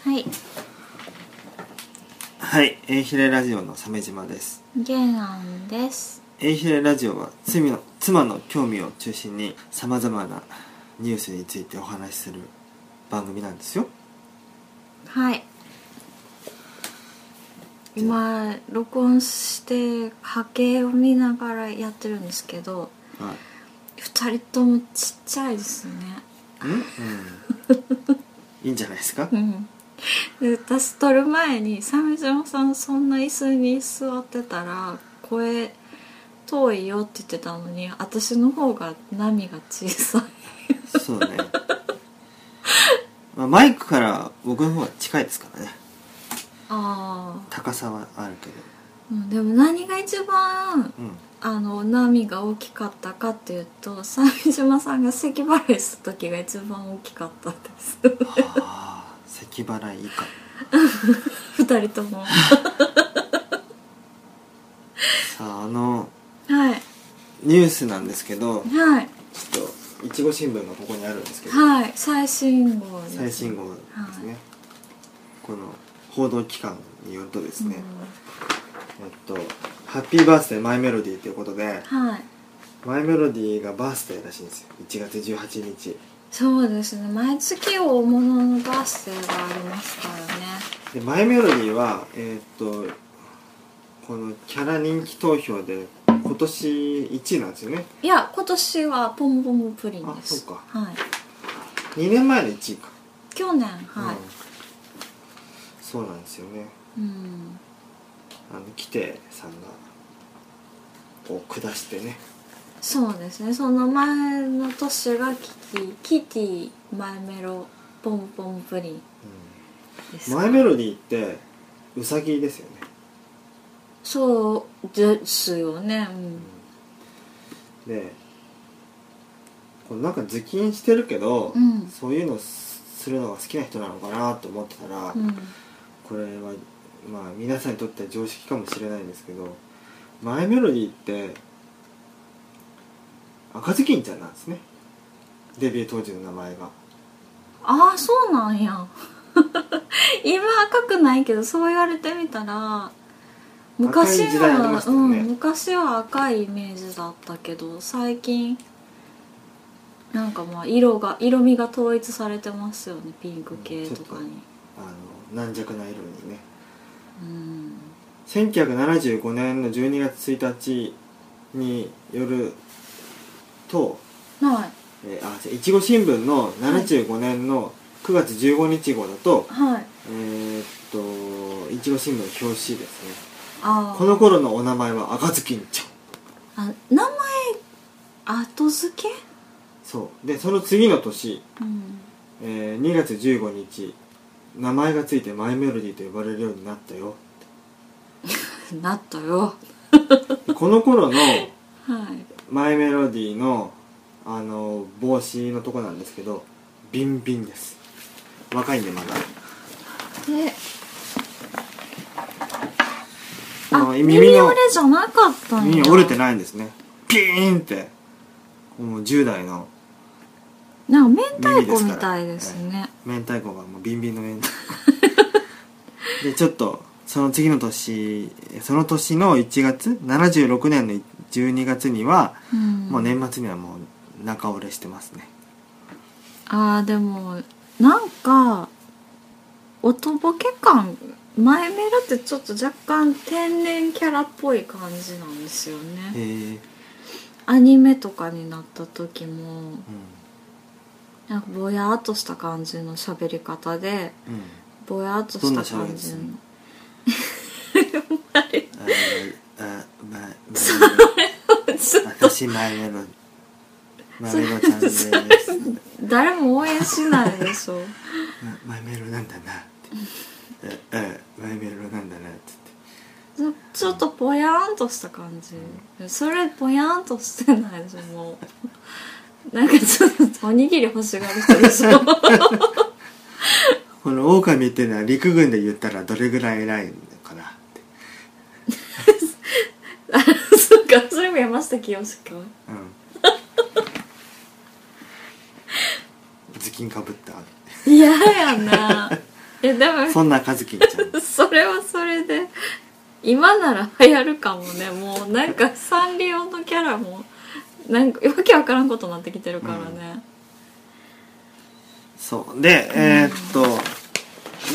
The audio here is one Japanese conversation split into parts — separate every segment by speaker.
Speaker 1: はい
Speaker 2: はい、エイヒレラジオの鮫島です。
Speaker 1: ゲンアンです
Speaker 2: エイヒレラジオは罪の妻の興味を中心にさまざまなニュースについてお話しする番組なんですよ。
Speaker 1: はい今録音して波形を見ながらやってるんですけど
Speaker 2: は
Speaker 1: 二人ともちっちゃいですね
Speaker 2: い。んうん。いいんじゃないですか
Speaker 1: う。んで私撮る前に鮫島さんそんな椅子に座ってたら声遠いよって言ってたのに私の方が波が小さい
Speaker 2: そうね。まあ、マイクから僕の方が近いですからね。
Speaker 1: ああ
Speaker 2: 高さはあるけど。
Speaker 1: うんでも何が一番
Speaker 2: うん。
Speaker 1: あの波が大きかったかっていうと鮫島さんが咳払いした時が一番大きかったです
Speaker 2: はあ、咳払い以下。
Speaker 1: 二人とも
Speaker 2: さあ、あの、
Speaker 1: はい
Speaker 2: ニュースなんですけど、
Speaker 1: はい
Speaker 2: ちょっと、いちご新聞がここにあるんですけど。
Speaker 1: はい最新号です
Speaker 2: 最新号ですね、
Speaker 1: はい
Speaker 2: この報道機関によるとですね、
Speaker 1: う
Speaker 2: えっと「ハッピーバースデーマイメロディー」ということで
Speaker 1: んはい
Speaker 2: マイメロディーがバースデーらしいんですよ1月18日
Speaker 1: そうですね毎月大物のバースデーがありますからね
Speaker 2: でマイメロディーはえっとこのキャラ人気投票で今年1位なんですよね
Speaker 1: いや今年はポンポンプリンです
Speaker 2: あそうか
Speaker 1: はい、
Speaker 2: 2年前の1位か
Speaker 1: 去年は
Speaker 2: うんそうなんですよね
Speaker 1: い、うん、
Speaker 2: あのキテさんがを下してね
Speaker 1: そうですねその前の年がキティキティマイメロポンポンプリン
Speaker 2: うん
Speaker 1: です
Speaker 2: マイメロディーってウサギですよね、
Speaker 1: そうですよね、
Speaker 2: でこのなんかズキンしてるけど、
Speaker 1: うんうん
Speaker 2: そういうのするのが好きな人なのかなと思ってたら、
Speaker 1: うん、
Speaker 2: これはまあ皆さんにとっては常識かもしれないんですけどマイメロディーって赤ずきんちゃんなんですねデビュー当時の名前が
Speaker 1: ああそうなんや 今赤くないけどそう言われてみたら昔
Speaker 2: 赤い時代ありま
Speaker 1: は、
Speaker 2: した
Speaker 1: う
Speaker 2: よね
Speaker 1: ん、昔は赤いイメージだったけど最近なんかまあ色が色味が統一されてますよねピンク系とかに、
Speaker 2: あの軟弱な色にね
Speaker 1: うん、
Speaker 2: 1975年の12月1日によると、
Speaker 1: はい
Speaker 2: えーあじゃあいちご新聞の75年の9月15日号だと、
Speaker 1: はい
Speaker 2: えーっといちご新聞の表紙ですね
Speaker 1: あ
Speaker 2: こ
Speaker 1: ー
Speaker 2: の頃のお名前は赤ずきんちゃん
Speaker 1: あ名前後付け、
Speaker 2: そうでその次の年、
Speaker 1: うん、
Speaker 2: えー2月15日名前がついてマイメロディーと呼ばれるようになったよ
Speaker 1: なったよ
Speaker 2: でこの頃の
Speaker 1: はい
Speaker 2: マイメロディーのあの帽子のとこなんですけどビンビンです若いんでまだ
Speaker 1: で
Speaker 2: そ
Speaker 1: あ
Speaker 2: の
Speaker 1: 耳折れじゃなかったんや
Speaker 2: 耳折れてないんですねピーンってもう10代の
Speaker 1: なんか明太子みたいですね
Speaker 2: 明太子がもうビンビンの明太子でちょっとその次の年その年の1月76年の12月には、
Speaker 1: うん
Speaker 2: もう年末にはもう仲折れしてますね
Speaker 1: あーでもなんか音ボケ感前メロってちょっと若干天然キャラっぽい感じなんですよ
Speaker 2: へ
Speaker 1: ね
Speaker 2: え、うん、
Speaker 1: アニメとかになった時もなんかぼやーっとした感じの喋り方で
Speaker 2: うん
Speaker 1: ぼやーっと
Speaker 2: どん
Speaker 1: し
Speaker 2: な
Speaker 1: た
Speaker 2: 喋り
Speaker 1: 感
Speaker 2: で
Speaker 1: じ
Speaker 2: す
Speaker 1: の
Speaker 2: ねああまあ
Speaker 1: ち
Speaker 2: 私前目の前目のチャンネルです
Speaker 1: 誰も応援しないでしょ
Speaker 2: 前メロなんだなってええ前メロなんだなって
Speaker 1: ちちょっとぽやーんとした感じ、それぽやーんとしてないでしょもうなんかちょっとおにぎり欲しがる人でしょ
Speaker 2: この狼っていうのは陸軍で言ったらどれぐらい偉いのかなって
Speaker 1: そっかそれも山下清志君
Speaker 2: うん頭巾かぶった
Speaker 1: 嫌やなえでも
Speaker 2: そんな和樹ちゃん
Speaker 1: それはそれで今なら流行るかもねもうなんかサンリオのキャラもなんかわけわからんことになってきてるからね、
Speaker 2: そうでえーっと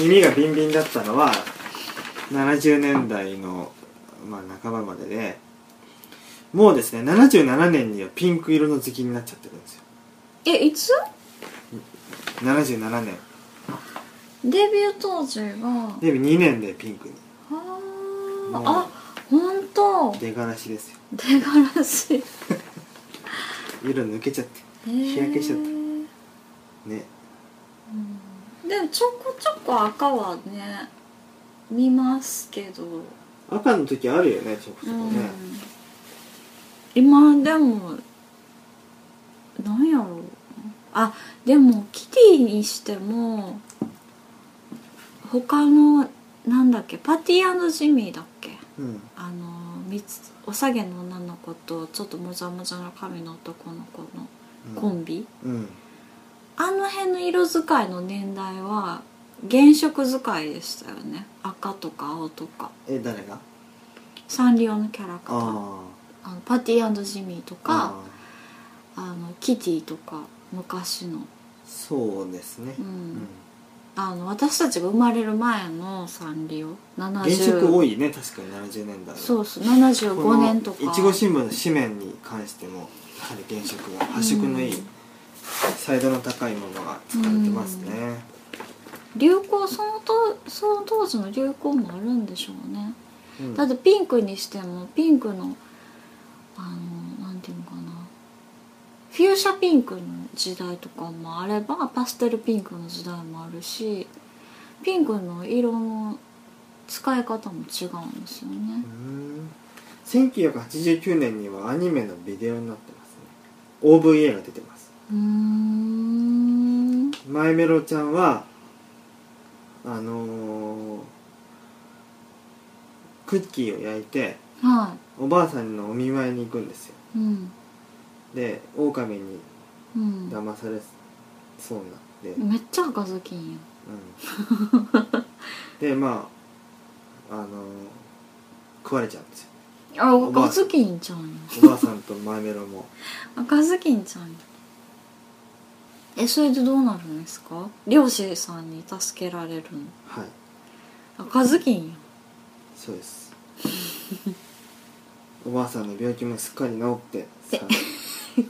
Speaker 2: 耳がビンビンだったのは70年代の、まあ、半ばまででもうですね77年にはピンク色の好きになっちゃってるんですよ
Speaker 1: えいつ
Speaker 2: 77年
Speaker 1: デビュー当時が
Speaker 2: で2年でピンクに
Speaker 1: あ
Speaker 2: もう
Speaker 1: ーあ本当
Speaker 2: 出がらしですよ
Speaker 1: 出がらしい
Speaker 2: 色抜けちゃって
Speaker 1: 日
Speaker 2: 日焼けしちゃった
Speaker 1: うん、
Speaker 2: ね
Speaker 1: でもちょこちょこ赤はね見ますけど、
Speaker 2: 赤の時あるよねちょこち
Speaker 1: う
Speaker 2: ょこ
Speaker 1: ん
Speaker 2: ね、
Speaker 1: 今でもなんやろうあでもキティにしても他のなんだっけパティジミーだっけ
Speaker 2: うん
Speaker 1: あのみつおさげの女の子とちょっともじゃもじゃの髪の男の子の
Speaker 2: うん
Speaker 1: コンビ、
Speaker 2: うん
Speaker 1: あの辺の色使いの年代は原色使いでしたよね赤とか青とか
Speaker 2: え誰が
Speaker 1: サンリオのキャラクターあ
Speaker 2: あ
Speaker 1: のパティジミーと
Speaker 2: あ
Speaker 1: か
Speaker 2: あー
Speaker 1: あのキティとか昔の,、
Speaker 2: そうですね
Speaker 1: うん
Speaker 2: うん
Speaker 1: あの私たちが生まれる前のサンリオ70
Speaker 2: 原色多いね確かに70年代は
Speaker 1: そうそう
Speaker 2: こ
Speaker 1: 75
Speaker 2: の
Speaker 1: 年とか
Speaker 2: いちご新聞の紙面に関してもやはり原色が発色のいい、
Speaker 1: うん
Speaker 2: サイドの高いものが使われてますね、
Speaker 1: 流行そのとその当時の流行もあるんでしょうね
Speaker 2: うん
Speaker 1: だってピンクにしてもピンクのあのなんていうのかなフューシャピンクの時代とかもあればパステルピンクの時代もあるしピンクの色の使い方も違うんですよね
Speaker 2: うん1989年にはアニメのビデオになってますね OVA が出てます
Speaker 1: うーん
Speaker 2: マイメロちゃんはあのークッキーを焼いて
Speaker 1: は
Speaker 2: おばあさんのお見舞いに行くんですよ
Speaker 1: いうん
Speaker 2: で狼に
Speaker 1: うん
Speaker 2: 騙されそうになって、
Speaker 1: めっちゃ赤ずきんや
Speaker 2: うんでまああのー食われちゃうんですよ
Speaker 1: あ
Speaker 2: おばあ
Speaker 1: 赤ずきんちゃんや
Speaker 2: おばあさんとマイメロも
Speaker 1: 赤ずきんちゃんやえそれでどうなるんですか漁師さんに助けられるの
Speaker 2: はい
Speaker 1: 赤ずきんや
Speaker 2: そうですおばあさんの病気もすっかり治ってさ治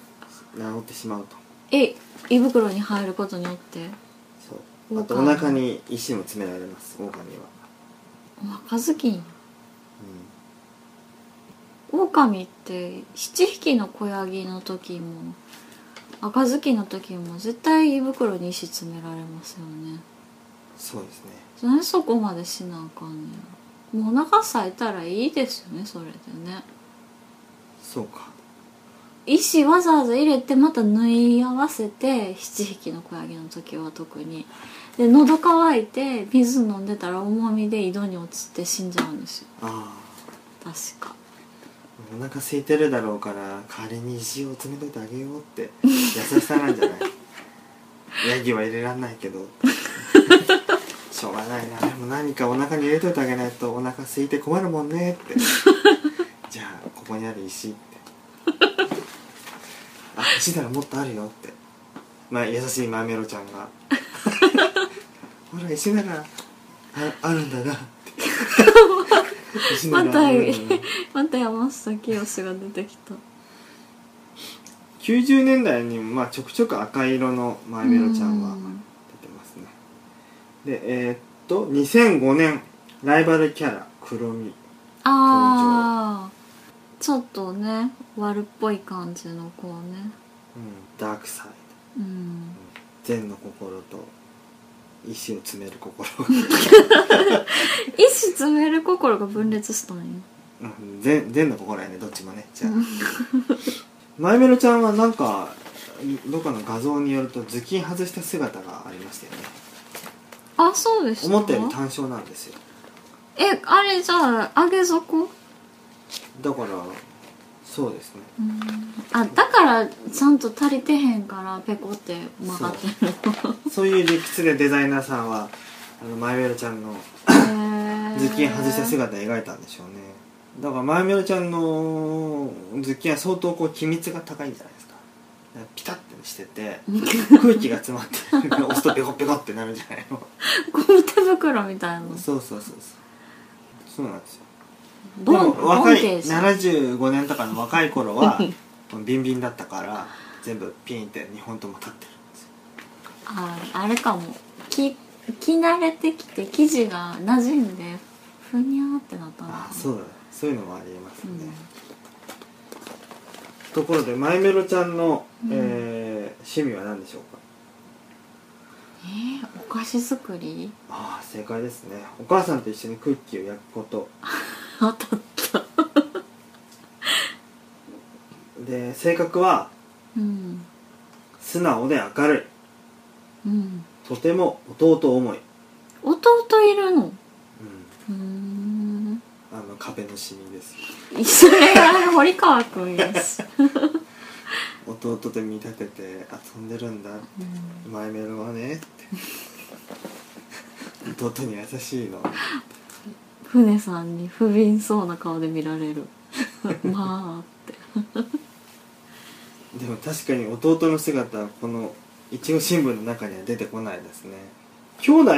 Speaker 2: ってしまうと
Speaker 1: え胃袋に入ることによって
Speaker 2: そうあとお腹に石も詰められます狼は、
Speaker 1: 赤ずきんや狼って七匹の子ヤギの時も赤ずきんの時も絶対胃袋に石詰められますよね
Speaker 2: うん、そうですね
Speaker 1: なんでそこまでしなあかんねやもうお腹咲いたらいいですよねそれでね
Speaker 2: そうか
Speaker 1: 石わざわざ入れてまた縫い合わせて七匹の子ヤギの時は特にで喉乾いて水飲んでたら重みで井戸に落ちて死んじゃうんですよ
Speaker 2: あ
Speaker 1: 確か
Speaker 2: あお腹空いてるだろうから代わりに石を詰めといてあげようって優しさなんじゃないヤギは入れらんないけどしょうがないなでも何かお腹に入れといてあげないとお腹空いて困るもんねってじゃあここにある石ってあ石ならもっとあるよって、まあ、優しいマメロちゃんがほら石ならああるんだなって石ならあるんだな
Speaker 1: また山下清が出てきた
Speaker 2: 90年代にもまあちょくちょく赤色のマイメロちゃんは出てますねでえーっと2005年ライバルキャラ黒み
Speaker 1: ああちょっとね悪っぽい感じの子ね
Speaker 2: ダークサイ
Speaker 1: うん
Speaker 2: ド善の心と石を詰める心
Speaker 1: 意思詰める心が分裂したんよ
Speaker 2: うん善善の心やねどっちもねじゃあ マイメロちゃんはなんかどっかの画像によると頭巾外した姿がありましたよね
Speaker 1: あそうでした
Speaker 2: 思ったより単勝なんですよ
Speaker 1: えあれじゃあ上げ底
Speaker 2: だからそうですね
Speaker 1: うんあだからちゃんと足りてへんからペコって曲がってる
Speaker 2: そういう理屈でデザイナーさんはあのマイメロちゃんの
Speaker 1: ー
Speaker 2: ズッキン外した姿を描いたんでしょうねだからマイメロちゃんのズッキンは相当こう機密が高いんじゃないですかだからピタッてしてて空気が詰まって る押すとペコペコってなるんじゃないの
Speaker 1: ゴミ手袋みたいな
Speaker 2: そうそうそうそうそうなんですよで
Speaker 1: ボン
Speaker 2: も
Speaker 1: ボ
Speaker 2: 若
Speaker 1: ン
Speaker 2: い
Speaker 1: テージ
Speaker 2: 75年とかの若い頃 はビンビンだったから全部ピンって2本とも立ってるんですよ
Speaker 1: ああれかも着着慣れてきて生地が馴染んでふにゃーってなったんだ
Speaker 2: ああそうだねそういうのもありえます
Speaker 1: う
Speaker 2: ね、
Speaker 1: ん
Speaker 2: ところでマイメロちゃんの、
Speaker 1: うん
Speaker 2: えー趣味は何でしょうか
Speaker 1: えー、お菓子作り
Speaker 2: ああ正解ですねお母さんと一緒にクッキーを焼くこと
Speaker 1: 当たった
Speaker 2: で性格は
Speaker 1: うん
Speaker 2: 素直で明るい
Speaker 1: うん
Speaker 2: とても弟思い、
Speaker 1: 弟いるのうーん
Speaker 2: うん、あの壁の市民です
Speaker 1: それが堀川くんやし、
Speaker 2: 弟で見立てて遊んでるんだ
Speaker 1: うん
Speaker 2: マイメロはねって弟に優しいの
Speaker 1: 船さんに不憫そうな顔で見られ るまあって
Speaker 2: でも確かに弟の姿はこのいちご新聞の中には出てこないですね兄弟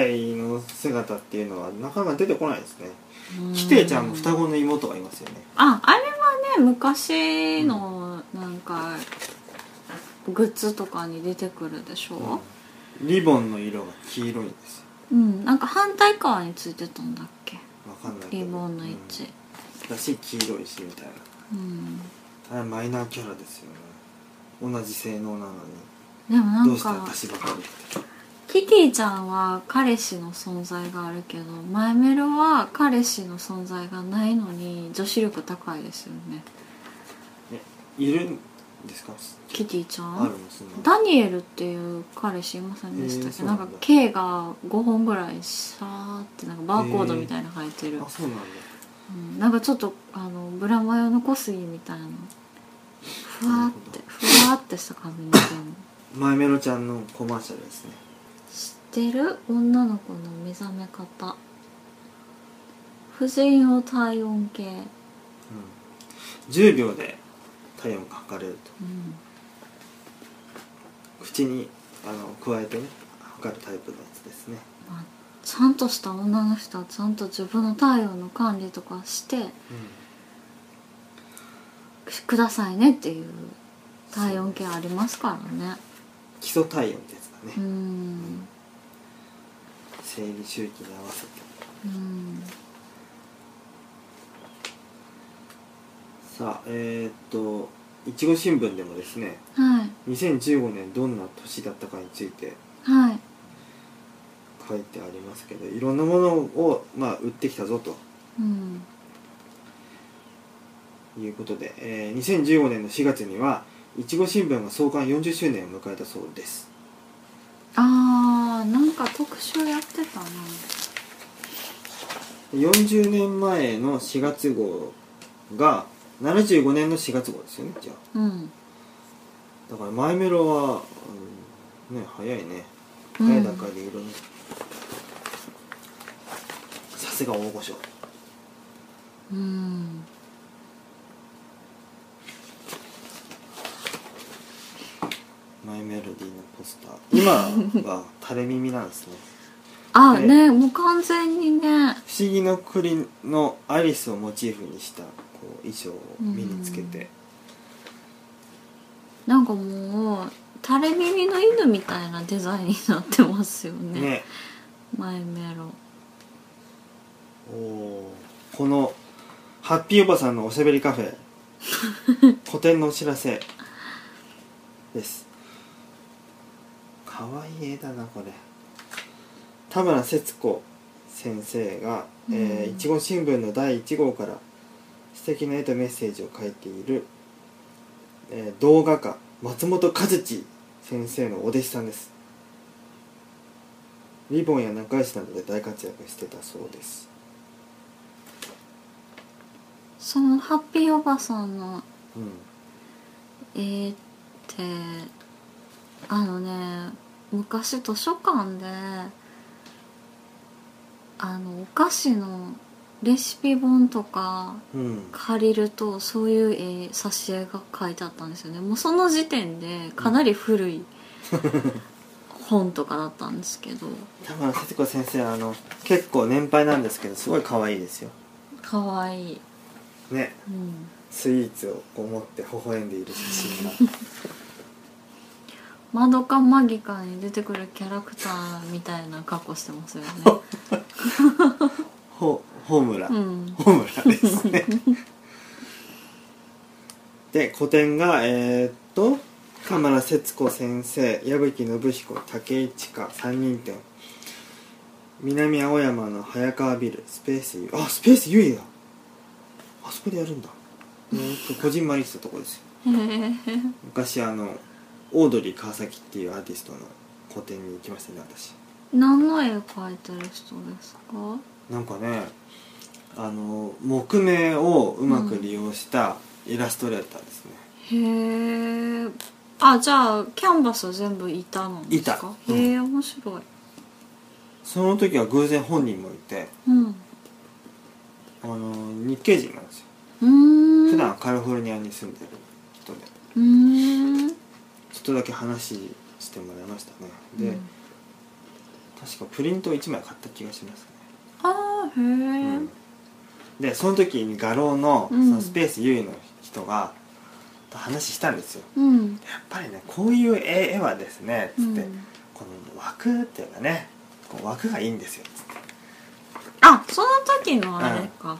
Speaker 2: の姿っていうのはなかなか出てこないですね
Speaker 1: う
Speaker 2: キテちゃんも双子の妹がいますよね
Speaker 1: ああれはね昔のなんかグッズとかに出てくるでしょ、
Speaker 2: リボンの色が黄色いんですよ
Speaker 1: うん、なんか反対側についてたんだっけ
Speaker 2: わかんないけど
Speaker 1: リボンの位
Speaker 2: う
Speaker 1: 置
Speaker 2: ん、だし黄色いしみたいな
Speaker 1: うん、
Speaker 2: あれマイナーキャラですよね同じ性能なの
Speaker 1: でもな
Speaker 2: に
Speaker 1: ん
Speaker 2: どうして
Speaker 1: か
Speaker 2: 私ばかりって
Speaker 1: キキちゃんは彼氏の存在があるけどマイメロは彼氏の存在がないのに女子力高いですよね
Speaker 2: いるんですか
Speaker 1: キティちゃ
Speaker 2: ある
Speaker 1: ん
Speaker 2: んですね
Speaker 1: ダニエルっていう彼氏いませんでしたっ
Speaker 2: へー
Speaker 1: け
Speaker 2: そ
Speaker 1: ど、
Speaker 2: うな
Speaker 1: なんん
Speaker 2: だ
Speaker 1: か K が5本ぐらいシャーってなんかバーコードみたいなの入ってる
Speaker 2: あそうなんだ
Speaker 1: うんなんかちょっとあのブラマヨの小杉みたいなふわーってふわーってした髪の毛も
Speaker 2: マイメロちゃんのコマーシャルですね
Speaker 1: 知ってる女の子の目覚め方婦人を体温計、
Speaker 2: うん、10秒で体温が測れる
Speaker 1: うん、
Speaker 2: と口にあの加えてね測るタイプのやつですね
Speaker 1: まあ、ちゃんとした女の人はちゃんと自分の体温の管理とかしてくださいねっていう体温計ありますからね
Speaker 2: 基礎体温ってやつだね、
Speaker 1: うん
Speaker 2: 生理周期に合わせて
Speaker 1: うん
Speaker 2: さあえー、っといちご新聞でもですね
Speaker 1: はい
Speaker 2: 2015年どんな年だったかについて
Speaker 1: はい
Speaker 2: 書いてありますけどいろんなものを、まあ、売ってきたぞと
Speaker 1: うん
Speaker 2: いうことで、えー2015年の4月にはいちご新聞が創刊40周年を迎えたそうです
Speaker 1: あーなんか特集やってたな
Speaker 2: 40年前の4月号が75年の4月号ですよねじゃあ
Speaker 1: うん
Speaker 2: だからマイメロは、うんね早いね
Speaker 1: うん
Speaker 2: 早い段階でいろんなさすが大御所
Speaker 1: うん
Speaker 2: マイメロディーのポスター今は垂れ耳なんですね
Speaker 1: あ
Speaker 2: ね
Speaker 1: ねもう完全にね
Speaker 2: 「不思議の国」のアリスをモチーフにしたこう衣装を身につけて、
Speaker 1: なんかもう垂れ耳の犬みたいなデザインになってますよね
Speaker 2: ね
Speaker 1: マイメロ
Speaker 2: おおーこのハッピーおばさんのおしゃべり カフェ個展のお知らせですかわいい絵だなこれ田村節子先生が、え
Speaker 1: う
Speaker 2: ー、
Speaker 1: ん
Speaker 2: いちご新聞の第1号から素敵な絵とメッセージを書いている、えー動画家松本和知先生のお弟子さんですリボンや仲良しなどで大活躍してたそうです
Speaker 1: そのハッピーおばさんの
Speaker 2: うん
Speaker 1: 絵ってあのね昔図書館であのお菓子のレシピ本とか
Speaker 2: うん
Speaker 1: 借りるとそういう絵挿絵が書いてあったんですよねもうその時点でかなり古 い本とかだったんですけど
Speaker 2: 多分節子先生あの結構年配なんですけどすごい可愛いですよ
Speaker 1: かわいい、
Speaker 2: ね
Speaker 1: うん、
Speaker 2: スイーツをこう持って微笑んでいる写真が
Speaker 1: マドカマギカに出てくるキャラクターみたいな格好してます よね
Speaker 2: ほホームラ、
Speaker 1: うん
Speaker 2: ホームラですねで古典がえーっと鎌田節子先生矢吹信彦竹井千佳3人展南青山の早川ビルスペースゆあスペースゆいだあそこでやるんだえーっとこじんまりしたとこですよ
Speaker 1: へえ
Speaker 2: 昔あのオードリー川崎っていうアーティストの個展に行きましたね私
Speaker 1: 何の絵描いてる人ですか
Speaker 2: なんかねあの木目をうまく利用したイラストレーターですね、
Speaker 1: へえあじゃあキャンバスは全部板なんですか
Speaker 2: 板
Speaker 1: へえ面白い
Speaker 2: その時は偶然本人もいて
Speaker 1: うん
Speaker 2: あの日系人なんですよ
Speaker 1: うーん
Speaker 2: 普段はカリフォルニアに住んでる人で
Speaker 1: うーん
Speaker 2: ちょっとだけ話してもらいましたねで、
Speaker 1: うん
Speaker 2: 確かプリントを1枚買った気がしますね
Speaker 1: あーへえ、うん
Speaker 2: でその時に画廊のそ
Speaker 1: うん
Speaker 2: のスペース優位の人が、と話したんですよ
Speaker 1: うん
Speaker 2: やっぱりねこういう絵絵はですねつって、
Speaker 1: うん
Speaker 2: この枠っていうかねこう枠がいいんですよつって
Speaker 1: あその時のあれか、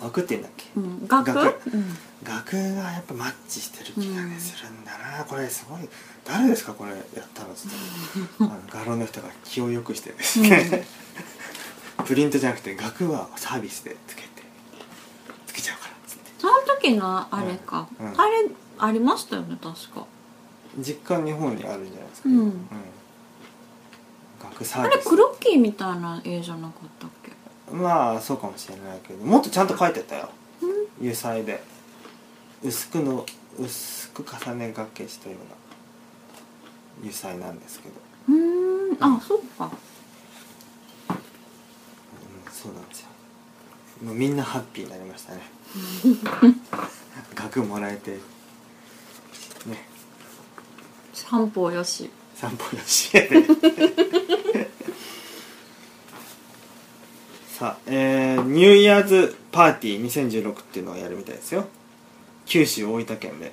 Speaker 2: 枠っていうんだっけ
Speaker 1: うん、額
Speaker 2: 額
Speaker 1: うん、
Speaker 2: 額がやっぱマッチしてる気がねするんだな、これすごい誰ですかこれやったのつってあの画廊の人が気を良くしてですね、プリントじゃなくて額はサービスでつけてつけちゃうからつって
Speaker 1: その時のあれか、
Speaker 2: うんうん
Speaker 1: あれありましたよね確か
Speaker 2: 実家日本にあるんじゃないですか、
Speaker 1: うん
Speaker 2: 額サ
Speaker 1: あ
Speaker 2: ー
Speaker 1: れ
Speaker 2: ビス
Speaker 1: クロッキーみたいな絵じゃなかったっけ
Speaker 2: まあそうかもしれないけどもっとちゃんと書いてたよ
Speaker 1: う
Speaker 2: 油彩で薄くの薄く重ねがけしたような油彩なんですけど、
Speaker 1: うーんあそうか
Speaker 2: うん、そうなんですよもうみんなハッピーになりましたね額もらえてね
Speaker 1: 散歩よし
Speaker 2: 散歩よしやで さあえーニューイヤーズパーティー2016っていうのをやるみたいですよ九州大分県で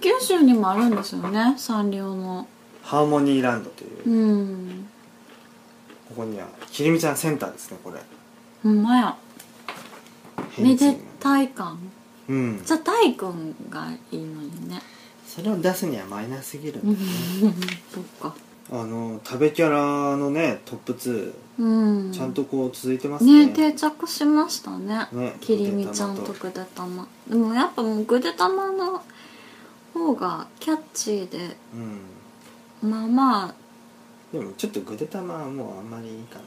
Speaker 1: 九州にもあるんですよねサンリオの
Speaker 2: ハーモニーランドという、
Speaker 1: う
Speaker 2: こ
Speaker 1: ん
Speaker 2: こにはきりみちゃんセンターですねこれ
Speaker 1: ほんまやめで
Speaker 2: い
Speaker 1: たい感
Speaker 2: うん
Speaker 1: じゃあ大君がいいのにね
Speaker 2: それを出すにはマイナーすぎる
Speaker 1: うん
Speaker 2: んだね
Speaker 1: そっか
Speaker 2: あの食べキャラのねトップ2
Speaker 1: うん
Speaker 2: ちゃんとこう続いてますね
Speaker 1: ね定着しましたね
Speaker 2: ね
Speaker 1: きりみちゃんとぐでたまでもやっぱもうぐでたまの方がキャッチーで
Speaker 2: うん
Speaker 1: まあまあ
Speaker 2: でもちょっとぐでたまはもうあんまりいいかな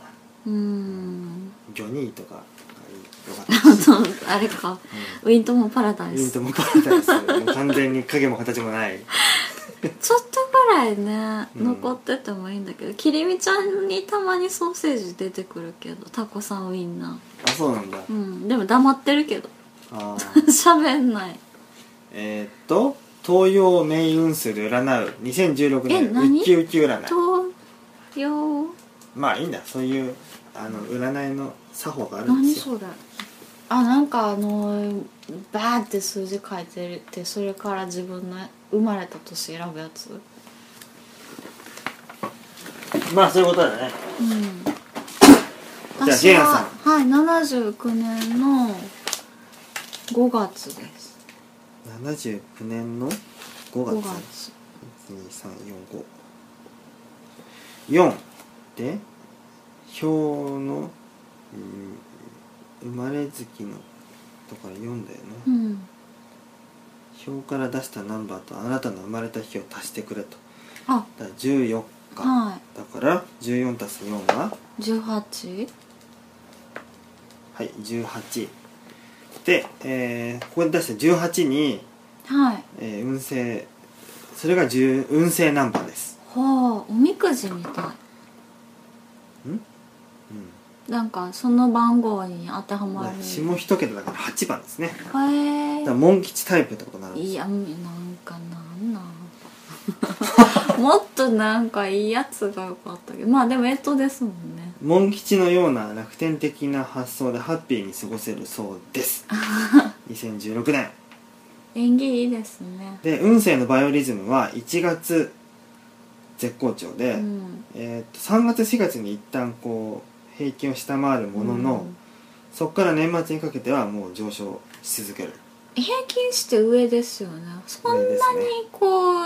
Speaker 1: うーん
Speaker 2: ジョニーとかが良かったです
Speaker 1: あれかウィントモパラダ
Speaker 2: うん
Speaker 1: イ
Speaker 2: ユン
Speaker 1: ス
Speaker 2: トもパラダイスもう完全に影も形もない
Speaker 1: ちょっとぐらいね
Speaker 2: うん
Speaker 1: 残っててもいいんだけど、きりみちゃんにたまにソーセージ出てくるけどタコさんウインナ
Speaker 2: あそうなんだ
Speaker 1: ーうんでも黙ってるけど
Speaker 2: あー
Speaker 1: 喋んない
Speaker 2: えーっと東洋を命運する占う2016
Speaker 1: え
Speaker 2: 年
Speaker 1: 何
Speaker 2: ウキウキ占い
Speaker 1: 東洋
Speaker 2: まあいいんだそういうあの占いの作法があるんで
Speaker 1: 何
Speaker 2: すよ
Speaker 1: それあなんかあのバーって数字書いてるってそれから自分の生まれた年選ぶやつ
Speaker 2: まあそういうことだね
Speaker 1: うん
Speaker 2: じゃあジェイアンさん
Speaker 1: はい79年の5月です
Speaker 2: 79年の5
Speaker 1: 5
Speaker 2: 月
Speaker 1: 月
Speaker 2: 12345で表の、うん生まれ月のとから4だよね、
Speaker 1: うん
Speaker 2: 表から出したナンバーとあなたの生まれた日を足してくれと
Speaker 1: あ
Speaker 2: だから14日、
Speaker 1: は
Speaker 2: だから14たす4が
Speaker 1: い18
Speaker 2: はい18で、えーここで出した18に、
Speaker 1: はい
Speaker 2: えー運勢それが10運勢ナンバーです
Speaker 1: ほうおみくじみたい
Speaker 2: ん
Speaker 1: なんかその番号に当てはまる、
Speaker 2: 私も一桁だから8番ですね
Speaker 1: へえ
Speaker 2: だからモン吉タイプってことになるんです
Speaker 1: いやなんかなんなん もっとなんかいいやつがよかったけどまあでもえっとですもんね
Speaker 2: モン吉のような楽天的な発想でハッピーに過ごせるそうです2016年
Speaker 1: 演技いいですね
Speaker 2: で運勢のバイオリズムは1月絶好調で、
Speaker 1: うん
Speaker 2: えー、と3月4月に一旦こう平均を下回るものの、
Speaker 1: うん
Speaker 2: そこから年末にかけてはもう上昇し続ける
Speaker 1: 平均して上ですよねそんなにこう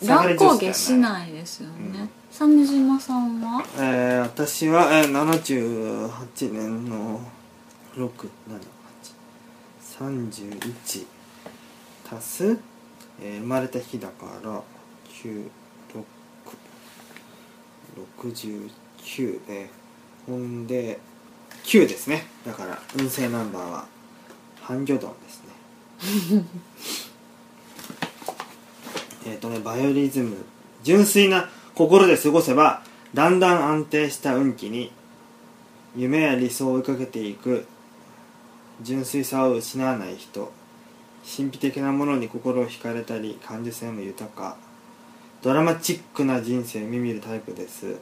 Speaker 2: 下が
Speaker 1: 乱
Speaker 2: り女子
Speaker 1: 高
Speaker 2: ではな
Speaker 1: 下
Speaker 2: い
Speaker 1: しないですよね、
Speaker 2: うん
Speaker 1: 鮫島さんは
Speaker 2: えー、私は、えー、78年の6731足す、えー生まれた日だから9669えーほんで9ですねだから運勢ナンバーは半魚丼ですねえっとねバイオリズム純粋な心で過ごせばだんだん安定した運気に夢や理想を追いかけていく純粋さを失わない人神秘的なものに心を惹かれたり感受性も豊かドラマチックな人生を見見るタイプです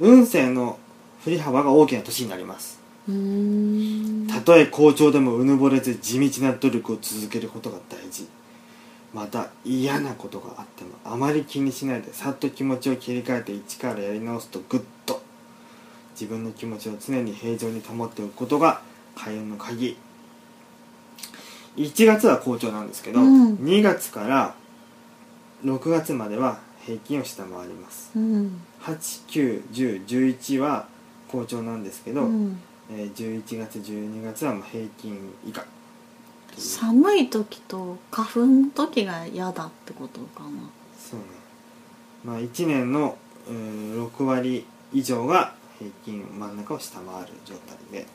Speaker 2: 運勢の振り幅が大きな年になります
Speaker 1: うーん
Speaker 2: たとえ好調でもうぬぼれず地道な努力を続けることが大事また嫌なことがあってもあまり気にしないでさっと気持ちを切り替えて一からやり直すとグッと自分の気持ちを常に平常に保っておくことが開運の鍵1月は好調なんですけど、
Speaker 1: うん
Speaker 2: 2月から6月までは平均を下回ります
Speaker 1: うん
Speaker 2: 891011は好調なんですけど、
Speaker 1: うん
Speaker 2: えー、11月12月はもう平均以下そう
Speaker 1: 寒い時と花粉の時が嫌だってことかな
Speaker 2: ねまあ1年の、えー、6割以上が平均真ん中を下回る状態で、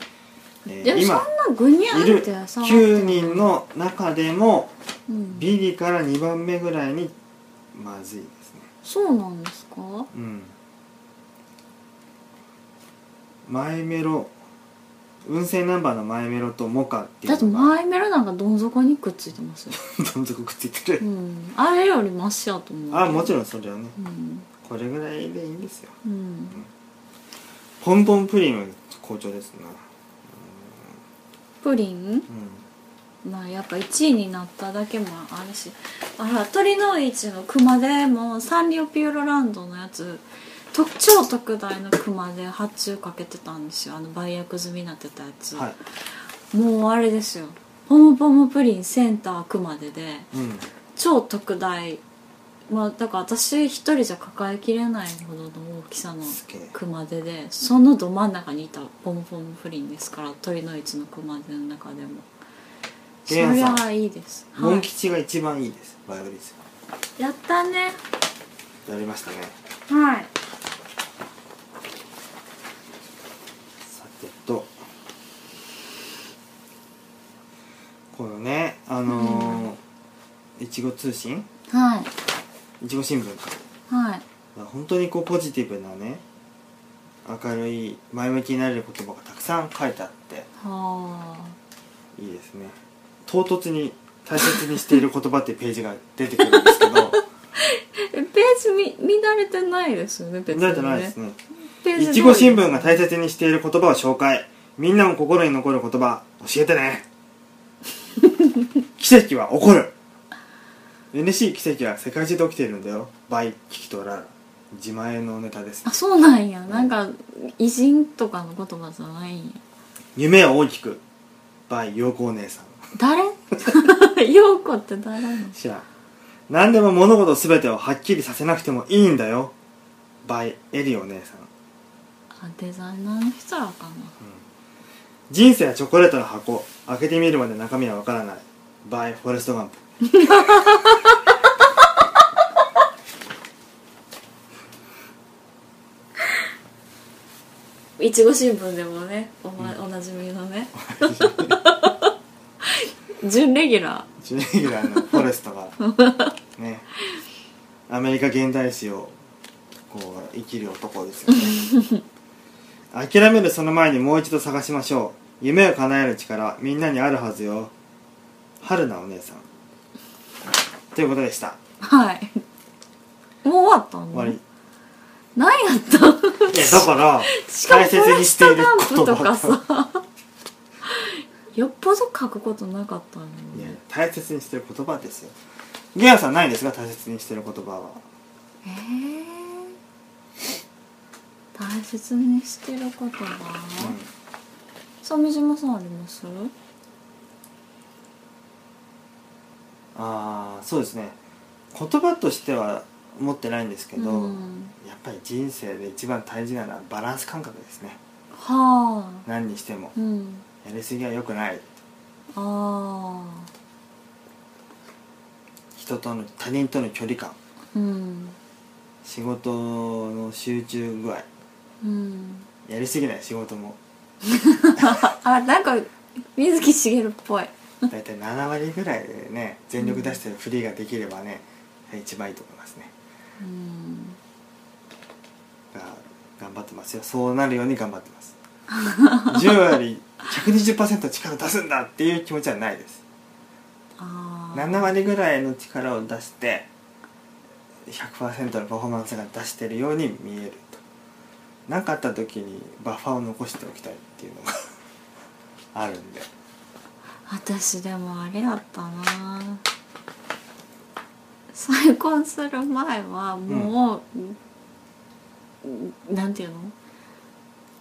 Speaker 2: え
Speaker 1: で
Speaker 2: ー、
Speaker 1: もそん
Speaker 2: 今
Speaker 1: なグニ
Speaker 2: い
Speaker 1: ャン
Speaker 2: る
Speaker 1: ってさ
Speaker 2: 9人の中でも
Speaker 1: うん
Speaker 2: ビリから2番目ぐらいにまずいですね
Speaker 1: そうなんですか
Speaker 2: うん前メロ運勢ナンバーの前メロとモカってい
Speaker 1: だって
Speaker 2: うのが
Speaker 1: 前メロなんかどん底にくっついて ますよ、
Speaker 2: どん底くっついて
Speaker 1: う
Speaker 2: る
Speaker 1: ん、あれよりマシやと思う
Speaker 2: あもち
Speaker 1: ろ
Speaker 2: ろんそれはね
Speaker 1: んうん、
Speaker 2: これぐらいでいいんですよ
Speaker 1: うん、
Speaker 2: ポンポンプリンは好調ですね
Speaker 1: プリン
Speaker 2: う
Speaker 1: まあやっぱ1位になっただけもあるしあら鳥の市の熊でもサンリオピューロランドのやつ特超特大の熊で発注かけてたんですよあの売約済みになってたやつ、
Speaker 2: んはい
Speaker 1: もうあれですよポムポムプリンセンター熊手で
Speaker 2: うん
Speaker 1: 超特大まあだから私一人じゃ抱えきれないほどの大きさの
Speaker 2: すげえ
Speaker 1: 熊手でそのど真ん中にいたポムポムプリンですから鳥の市の熊手の中でもそ
Speaker 2: ゲン
Speaker 1: り
Speaker 2: さん
Speaker 1: ゃいいです
Speaker 2: モ
Speaker 1: は
Speaker 2: ン吉が一番いいですバイオリズ
Speaker 1: いやったね
Speaker 2: ムやりましたね
Speaker 1: はい
Speaker 2: さてとこのねあのーいちご通信
Speaker 1: はい
Speaker 2: いちご新聞か
Speaker 1: はい
Speaker 2: 本当にこうポジティブなね明るい前向きになれる言葉がたくさん書いてあって
Speaker 1: はあ
Speaker 2: いいですね唐突に大切にしている言葉っていうページが出てくるんですけど
Speaker 1: えページみ乱れてないですよね別にね
Speaker 2: 慣れてないですね
Speaker 1: ページ
Speaker 2: いちご新聞が大切にしている言葉を紹介みんなも心に残る言葉教えてね 奇跡は起こる嬉しい奇跡は世界中で起きているんだよ by キキとララ自前のネタです
Speaker 1: あそうなんやなんか偉人とかの言葉じゃないんや
Speaker 2: 夢を大きく by 陽子お姉さん
Speaker 1: 誰 陽子って誰なの
Speaker 2: 知らん何でも物事すべてをはっきりさせなくてもいいんだよ by エリお姉さん
Speaker 1: あデザイナーの人らかな
Speaker 2: 人生はチョコレートの箱開けてみるまで中身はわからない by フォレストガンプ
Speaker 1: いちご新聞でもねお,、まおなじみの ね準レギュラ
Speaker 2: 準レギュラーのフォレス トがね アメリカ現代史をこう生きる男ですよね諦めるその前にもう一度探しましょう夢を叶える力みんなにあるはずよ春菜お姉さんということでした
Speaker 1: はいもう終わったの
Speaker 2: 終わり、
Speaker 1: 何やったの
Speaker 2: いやだから
Speaker 1: しかも
Speaker 2: 大
Speaker 1: フ
Speaker 2: 切
Speaker 1: ォレ
Speaker 2: にし
Speaker 1: ス
Speaker 2: て
Speaker 1: ト
Speaker 2: いる
Speaker 1: ガンプ
Speaker 2: 言
Speaker 1: とか
Speaker 2: 葉と
Speaker 1: さ よっぽど書くことなかったの
Speaker 2: いや
Speaker 1: ね
Speaker 2: 大切にしてる言葉ですよゲアさんないですか大切にしてる言葉は
Speaker 1: えー、大切にしてることは
Speaker 2: う
Speaker 1: 鮫島さんあります
Speaker 2: ん、ああそうですね言葉としては持ってないんですけど、
Speaker 1: うん、
Speaker 2: やっぱり人生で一番大事なのはバランス感覚ですね
Speaker 1: はあ
Speaker 2: 何にしても
Speaker 1: うん
Speaker 2: やりすぎは良くない
Speaker 1: あ
Speaker 2: 人との他人との距離感
Speaker 1: あうん
Speaker 2: 仕事の集中具合
Speaker 1: うん
Speaker 2: やりすぎない仕事も
Speaker 1: あなんか水木しげるっぽい
Speaker 2: 大体7割ぐらいでね全力出してるフリーができればね、一番いいと思いますね
Speaker 1: うん
Speaker 2: だから頑張ってますよそうなるように頑張ってます10割120%力出すんだっていう気持ちはないです
Speaker 1: ああ
Speaker 2: 7割ぐらいの力を出して100%のパフォーマンスが出してるように見えると何かあった時にバッファーを残しておきたいっていうのが あるんで
Speaker 1: 私でもあれやったな再婚する前はもう、なんていうの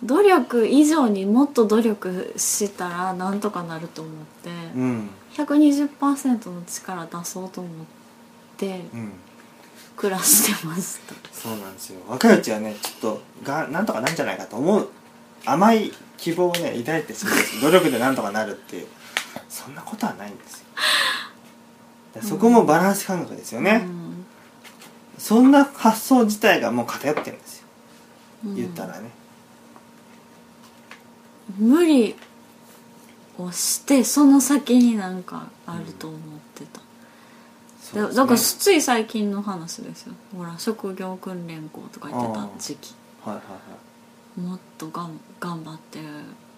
Speaker 1: 努力以上にもっと努力したらなんとかなると思って、
Speaker 2: うん
Speaker 1: 120%の力出そうと思って
Speaker 2: うん
Speaker 1: 暮らしてました、
Speaker 2: そうなんですよ若いうちはねちょっとがなんとかなんじゃないかと思う甘い希望をね抱いてしまうんです努力でなんとかなるっていうそんなことはないんですよだからそこもバランス感覚ですよね、
Speaker 1: うん
Speaker 2: そんな発想自体がもう偏ってるんですよ
Speaker 1: うん
Speaker 2: 言ったらね、
Speaker 1: 無理をしてその先になんかあると思ってた、
Speaker 2: そう
Speaker 1: だ
Speaker 2: ですね
Speaker 1: だからつい最近の話ですよほら職業訓練校とか言ってた時期
Speaker 2: はいはいはい
Speaker 1: もっとがん頑張って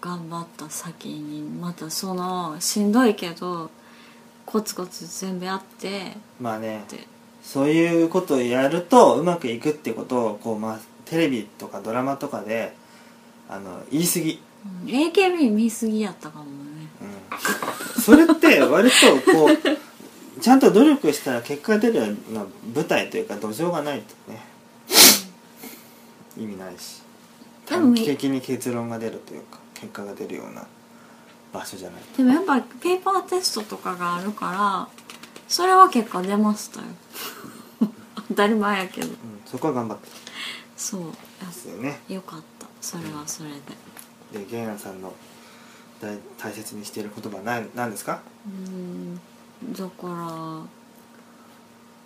Speaker 1: 頑張った先にまたそのしんどいけどコツコツ全部やって
Speaker 2: まあね
Speaker 1: って
Speaker 2: そういうことをやるとうまくいくってことをこう、まあ、テレビとかドラマとかであの言い過ぎ、
Speaker 1: うん AKB 見すぎやったかもね
Speaker 2: うん、それ って割とこうちゃんと努力したら結果が出るような舞台というか土壌がないとね意味ないし
Speaker 1: でも
Speaker 2: 短期的に結論が出るというか結果が出るような場所じゃない
Speaker 1: でもやっぱペーパーテストとかがあるからそれは結果出ましたよ 当たり前やけど
Speaker 2: うん、そこは頑張って
Speaker 1: そう
Speaker 2: ますよね
Speaker 1: やよかったそれはそれで
Speaker 2: で玄安さんの大大切にしている言葉は何何ですか
Speaker 1: うんだか